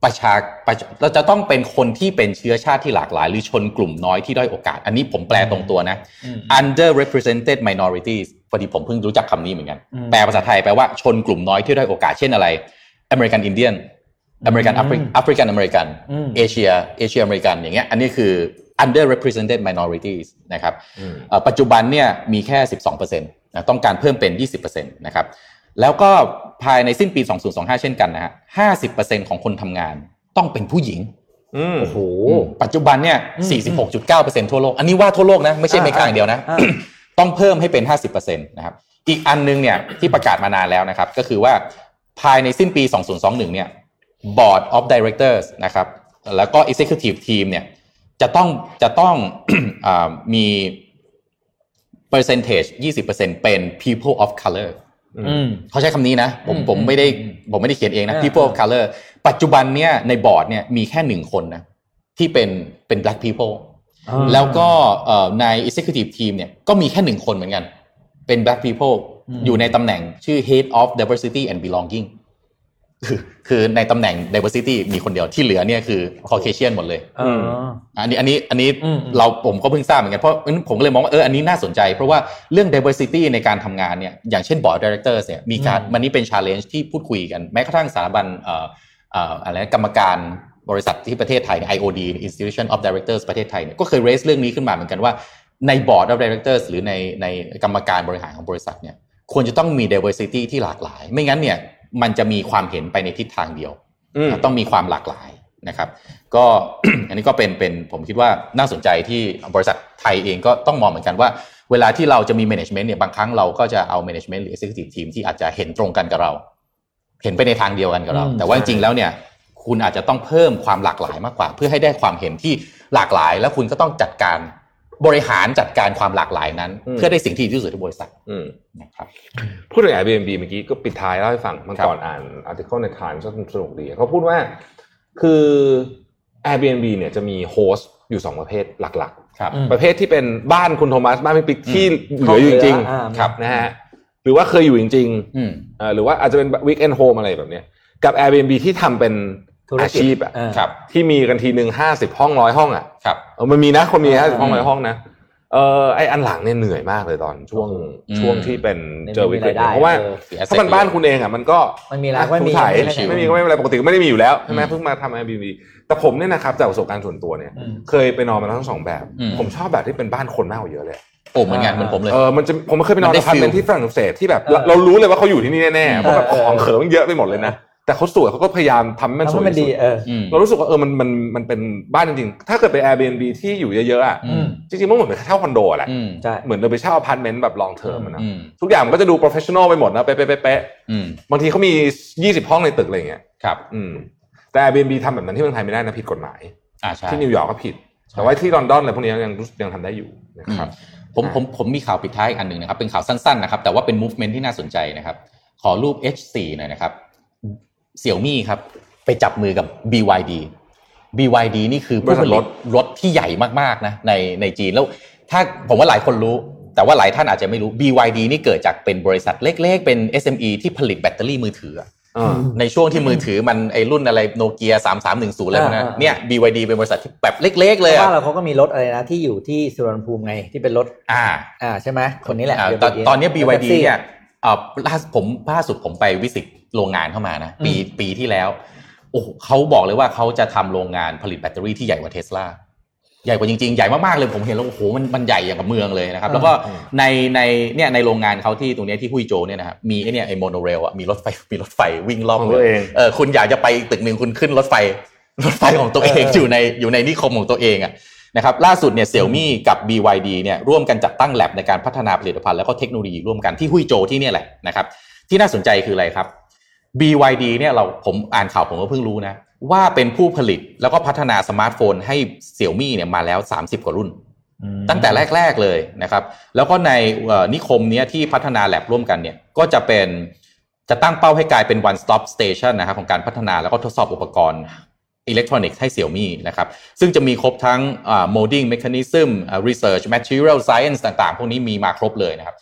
S4: ประชาประชาเราจะต้องเป็นคนที่เป็นเชื้อชาติที่หลากหลาย หรือชนกลุ่มน้อยที่ด้อยโอกาส อันนี้ผมแปลตรงตัวนะ
S2: อืม
S4: underrepresented minorities พอดีผมเพิ่งรู้จักคำนี้เหมือนกัน
S2: อืม
S4: แปลภาษาไทยแปลว่าชนกลุ่มน้อยที่ด้อยโอกาสเช่นอะไร American Indian American
S2: อืม
S4: African American
S2: อืม
S4: เอเชียเอเชียอเมริกันอย่างเงี้ยอันนี้คือ underrepresented minorities นะครับ
S3: อืม
S4: เอ่อปัจจุบันเนี่ยมีแค่ 12%นะต้องการเพิ่มเป็น 20%นะครับแล้วก็ภายในสิ้นปี 2025 เช่นกันนะฮะ50%ของคนทำงานต้องเป็นผู้หญิง
S3: อืม
S2: โอ้โห
S4: ปัจจุบันเนี่ย
S2: อืม
S4: 46.9%ทั่วโลก อันนี้ว่าทั่วโลกนะ ไม่ใช่อเมริกา
S2: อ่า
S4: อย่างเดียวนะ
S2: อ่า
S4: ต้องเพิ่มให้เป็น 50%นะครับ อีกอันนึงเนี่ยที่ประกาศมานานแล้วนะครับ ก็คือว่าภายในสิ้นปี 2021 เนี่ย Board of Directors นะครับ แล้วก็ Executive Team เนี่ย จะต้องจะต้อง อ่ามี percentage 20%เป็น people of color
S2: อืม
S4: เขาใช้คำนี้นะ ผม
S2: อืม
S4: ผมไม่ได้
S2: อืม
S4: ผมไม่ได้เขียนเองนะ
S2: อ่า
S4: people of color ปัจจุบันเนี่ยในบอร์ดเนี่ยมีแค่หนึ่งคนนะที่เป็นเป็น black people
S2: อ่า
S4: แล้วก็เอ่อใน executive team เนี่ยก็มีแค่หนึ่งคนเหมือนกัน เป็น black people
S2: อืม
S4: อยู่ในตำแหน่งชื่อ head of diversity and belonging คือคือในตำแหน่ง diversity มีคนเดียวที่เหลือเนี่ยคือ caucasian หมดเลย
S2: เออ
S4: อันนี้อันนี้อันนี้
S2: อืมอืม
S4: เราผมก็เพิ่งทราบเหมือนกันเพราะงั้นผมก็เลยมองว่าเอออันนี้น่าสนใจ เพราะว่าเรื่อง diversity ในการทำงานเนี่ยอย่างเช่น board directors เนี่ยมีการ
S2: อืม
S4: มันนี่เป็น challenge ที่พูดคุยกัน แม้กระทั่งสถาบันเอ่อเอ่ออะไรนะกรรมการบริษัทที่ประเทศไทยเนี่ย IOD Institution of Directors ประเทศไทยเนี่ยก็เคย raise เรื่องนี้ขึ้นมาเหมือนกันว่าใน board of directors หรือในในกรรมการบริหารของบริษัทเนี่ยควรจะต้องมี diversity ที่หลากหลาย ไม่งั้นเนี่ยมันจะมีความเห็นไปในทิศทางเดียว
S3: อืม
S4: ต้องมีความหลากหลายนะครับ ก็ อันนี้ก็เป็นเป็นผมคิดว่าน่าสนใจที่บริษัทไทยเองก็ต้องมองเหมือนกันว่า เวลาที่เราจะมี management เนี่ยบางครั้งเราก็จะเอา management หรือ executive team ที่อาจจะเห็นตรงกันกับเรา เห็นไปในทางเดียวกันกับเรา
S2: อืม
S4: แต่ว่าจริงๆแล้วเนี่ย คุณอาจจะต้องเพิ่มความหลากหลายมากกว่า เพื่อให้ได้ความเห็นที่หลากหลาย แล้วคุณก็ต้องจัดการบริหารจัดการความหลากหลายนั้น
S3: อืม
S4: เพื่อได้สิ่งที่ดีที่สุดที่บริษัท
S3: อืม
S4: นะครับ
S3: พูดถึง Airbnb เมื่อกี้ก็ปิดท้ายเล่าให้ฟังมัน
S4: ครับ
S3: ก่อนอ่านอาร์ติเคิลใน Times ก็สนุกดีเขาพูดว่าคือ Airbnb เนี่ยจะมีโฮสต์อยู่สองประเภทหลัก
S4: ครับ
S2: อืม
S3: ๆ ประเภทที่เป็นบ้านคุณโทมัสบ้านพี่ปิ๊กที่เหลืออยู่จริง
S2: อ่า
S3: ๆครับนะฮะหรือว่าเคยอยู่จริงๆ
S4: อืม
S3: เอ่อหรือว่าอาจจะเป็น Weekend Home อะไรแบบเนี้ยกับ Airbnb ที่ทำเป็น
S2: ธุร
S3: อา
S2: กิจ
S3: ชีพอะ
S2: เออ
S4: ครับ
S3: ที่มีกันทีหนึ่งห้าสิบห้องร้อยห้องอะ
S4: ครับ
S3: เออมันมีนะคนมี
S2: อ่า
S3: ห้าสิบห้องร้อยห้องนะเออไออันหลังเนี่ยเหนื่อยมากเลยตอนช่วง
S4: อืม
S3: ช่วงที่เป็นเจอวิกฤ
S2: ไม่มีราย
S3: ต
S2: ได้
S3: เพราะว่า
S2: เออ
S4: เสีย
S3: ถ้ามันบ้านคุณเองอะมันก็
S2: มันมีร้าน
S3: ไม่
S2: ไม่มี
S3: มีถ่าย
S2: ใช่ห
S3: ไม่มีก็ไม่เป็นไรปกติก็ไม่ได้มีอยู่แล้วใช่ไหม
S4: อืม
S3: เพิ่งมาทำ Airbnb แต่ผมเนี่ยนะครับจากประสบการณ์ส่วนตัวเนี่ย
S2: อืม
S3: เคยไปนอนมาแล้วทั้งสองแบบ
S4: อืม
S3: ผมชอบแบบที่เป็นบ้านคนมากกว่าเยอะเลย
S4: โอ้เหมือนงานเหมือนผมเลย
S3: เออ มันจะ ผมเคยไปนอ
S4: มันนได้
S3: อพาร์ตเมนต์
S4: feel
S3: ที่ฝรั่งเศสที่แบบ
S2: เออ
S3: เราเรารู้เลยว่าเขาอยู่ที่นี่แน่ๆ เพราะแบบ
S2: เออเออ
S3: ของเขิมนเยอะไปหมดเลยนะ แต่เขาสวยเขาก็พยายามทำให้มันส
S2: แล้ว
S3: วย
S2: มัน
S3: ที่สุ
S2: ดี
S3: ด
S2: เออ
S4: อืม
S3: เรารู้สึกว่าเออ มัน มัน มันเป็นบ้านจริงๆ ถ้าเกิดไป Airbnb ที่อยู่เยอะๆอะ
S4: อืม
S3: จริงๆ มันเหมือนเช่าคอนโดอะแหละ
S4: อืม
S2: ใช่
S3: เหมือนเราไปเช่าอพาร์ตเมนต์แบบ long term อะนะ
S4: อืม
S3: ทุกอย่างมันก็จะดู professional ไปหมดนะ เป๊ะๆเป๊ะ
S4: อืม
S3: ๆบางทีเขามี 20 ห้องในตึกอะไรอย่างเงี้ย
S4: ครับ
S3: อืม แต่ Airbnb ทำแบบนั้นที่เมืองไทยไม่ได้นะผิดกฎหมาย
S4: อ่าใช่
S3: ที่นิวยอร์กก็ผิด แต่ว่าที่ลอนดอนอะไรพวกนี้ยังรู้สึกยังทำได้อยู่นะครับ
S4: ผม
S3: อ่า
S4: ผมผมมีข่าวปิดท้ายอีกอันหนึ่งนะครับ เป็นข่าวสั้นๆนะครับ แต่ว่าเป็น movement ที่น่าสนใจนะครับ ขอรูป H4 หน่อยนะครับเสี่ยวมี่ครับ ไปจับมือกับ BYD BYD นี่คือผู้ผลิตรถที่ใหญ่มากๆนะในในจีนแล้ว ถ้าผมว่าหลายคนรู้ แต่ว่าหลายท่านอาจจะไม่รู้ BYD นี่เกิดจากเป็นบริษัทเล็ก ๆ เป็น SME ที่ผลิตแบตเตอรี่มือถืออะ
S3: อ่า
S4: ในช่วงที่มือถือมันไอรุ่นอะไรโนเกียสามสามหนึ่งศูนย์อะไรพวกนั้น
S2: อ่าอ่า
S4: เนี่ย BYD เป็นบริษัทที่แบบเล็ก ๆ เลย
S2: เพ
S4: อะ
S2: ราะว่าเราเขาก็มีรถอะไรนะที่อยู่ที่สุวรรณภูมิไงที่เป็นรถ
S4: อ่า
S2: อ่าใช่ไหมคนนี้แหละ
S4: อ่า
S2: BYD
S4: ตอนตอนเนี้ย BYD
S2: แท็กซี่
S4: เนี่ยเอ่อล่าสุดผมล่าสุดผมไปวิสิตโรงงานเข้ามานะ ปีปีที่แล้ว โอ้โหเขาบอกเลยว่าเขาจะทำโรงงานผลิตแบตเตอรี่ที่ใหญ่กว่าเทสลาใหญ่กว่าจริงๆ ใหญ่มากๆเลยผมเห็นแล้วโอ้โหมันมันใหญ่อย่างกับเมืองเลยนะครับ แล้วก็
S3: อืม
S4: ในในเนี่ยในโรงงานเขาที่ตรงเนี้ยที่ฮุยโจวเนี่ยนะครับมีไอเนี่ยไอโมโนเรลอะมีรถไฟมีรถไฟวิ่งรอบ
S3: ของ
S4: มื
S3: ตัว
S4: อ
S3: เอง
S4: เออคุณอยากจะไปตึกหนึ่งคุณขึ้นรถไฟรถไฟของตัวเอง
S3: เออ
S4: อ
S3: อ
S4: ยู่ในอยู่ในนิคมของตัวเองอะนะครับล่าสุดเนี่ยเสี่ยมี่กับ BYD เนี่ยร่วมกันจัดตั้งแลบในการพัฒนาผลิตภัณฑ์แล้วก็เทคโนโลยีร่วมกันที่ฮุยโจวที่เนี่ยแหละนะครับที่น่าสนใจคืออะไรครับ BYD เนี่ยเราผมอ่านข่าวผมก็เพิ่งรู้นะ ว่าเป็นผู้ผลิตแล้วก็พัฒนาสมาร์ทโฟนให้เสี่ยมี่เนี่ยมาแล้ว 30 กว่ารุ่น
S2: อืม
S4: ตั้งแต่แรก ๆ เลยนะครับ แล้วก็ในเอ่อนิคมเนี้ยที่พัฒนาแลบร่วมกันเนี่ยก็จะเป็นจะตั้งเป้าให้กลายเป็น one stop station นะครับของการพัฒนาแล้วก็ทดสอบอุปกรณ์อิเล็กทรอนิกส์ให้เสี่ยมี่นะครับ ซึ่งจะมีครบทั้งอ่า molding mechanism อ่า research material science ต่างๆ พวกนี้มีมาครบเลยนะครับ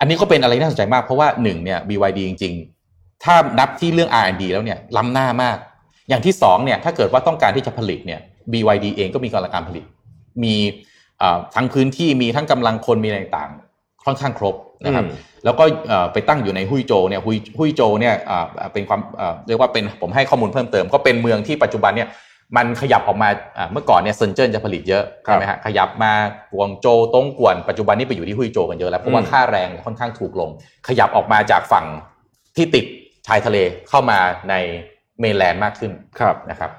S4: อันนี้ก็เป็นอะไรที่น่าสนใจมากเพราะว่าหนึ่งเนี่ย BYD จริง ๆ ถ้านับที่เรื่อง R&D แล้วเนี่ยล้ำหน้ามาก อย่างที่สองเนี่ยถ้าเกิดว่าต้องการที่จะผลิตเนี่ย BYD เองก็มีกำลังการผลิต มีเอ่อทั้งพื้นที่มีทั้งกำลังคนมีอะไรต่างๆค่อนข้างครบนะครับ
S3: อืม
S4: แล้วก็เอ่อไปตั้งอยู่ในฮุยโจวเนี่ยฮุยฮุยโจวเนี่ยเอ่อเป็นความเอ่อเรียกว่าเป็นผมให้ข้อมูลเพิ่มเติม ก็เป็นเมืองที่ปัจจุบันเนี่ยมันขยับออกมาอ่าเมื่อก่อนเนี่ยเซินเจิ้นจะผลิตเยอะใช่ไหมฮะขยับมากวางโจวตงกวนปัจจุบันนี่ไปอยู่ที่ฮุยโจวกันเยอะแล้วเพราะว่า
S3: อืม
S4: ค่าแรงค่อนข้างถูกลง ขยับออกมาจากฝั่งที่ติดชายทะเลเข้ามาในเมนแลนด์มากขึ้น
S3: ครับ
S4: นะครับ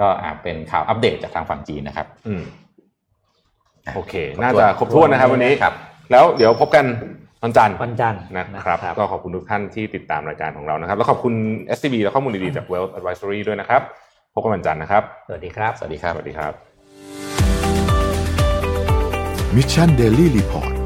S4: ก็อ่าเป็นข่าวอัปเดตจากทางฝั่งจีนนะครับ
S3: อืมโอเค น่าจะครบถ้วนนะครับ วันนี้
S4: ครับ
S3: แล้วเดี๋ยวพบกันวันจันทร์
S2: วันจันทร์
S3: นะครับ ก็ขอบคุณทุกท่านที่ติดตามรายการของเรานะครับ แล้วขอบคุณ S C B และข้อมูลดีๆจาก Wealth Advisory ด้วยนะครับ พบกันวันจันทร์นะครับ
S2: สวัสดีครับ
S4: สวัสดีครับ
S3: สวัสดีครับ
S1: มิชชันเดลี่รีพอร์ต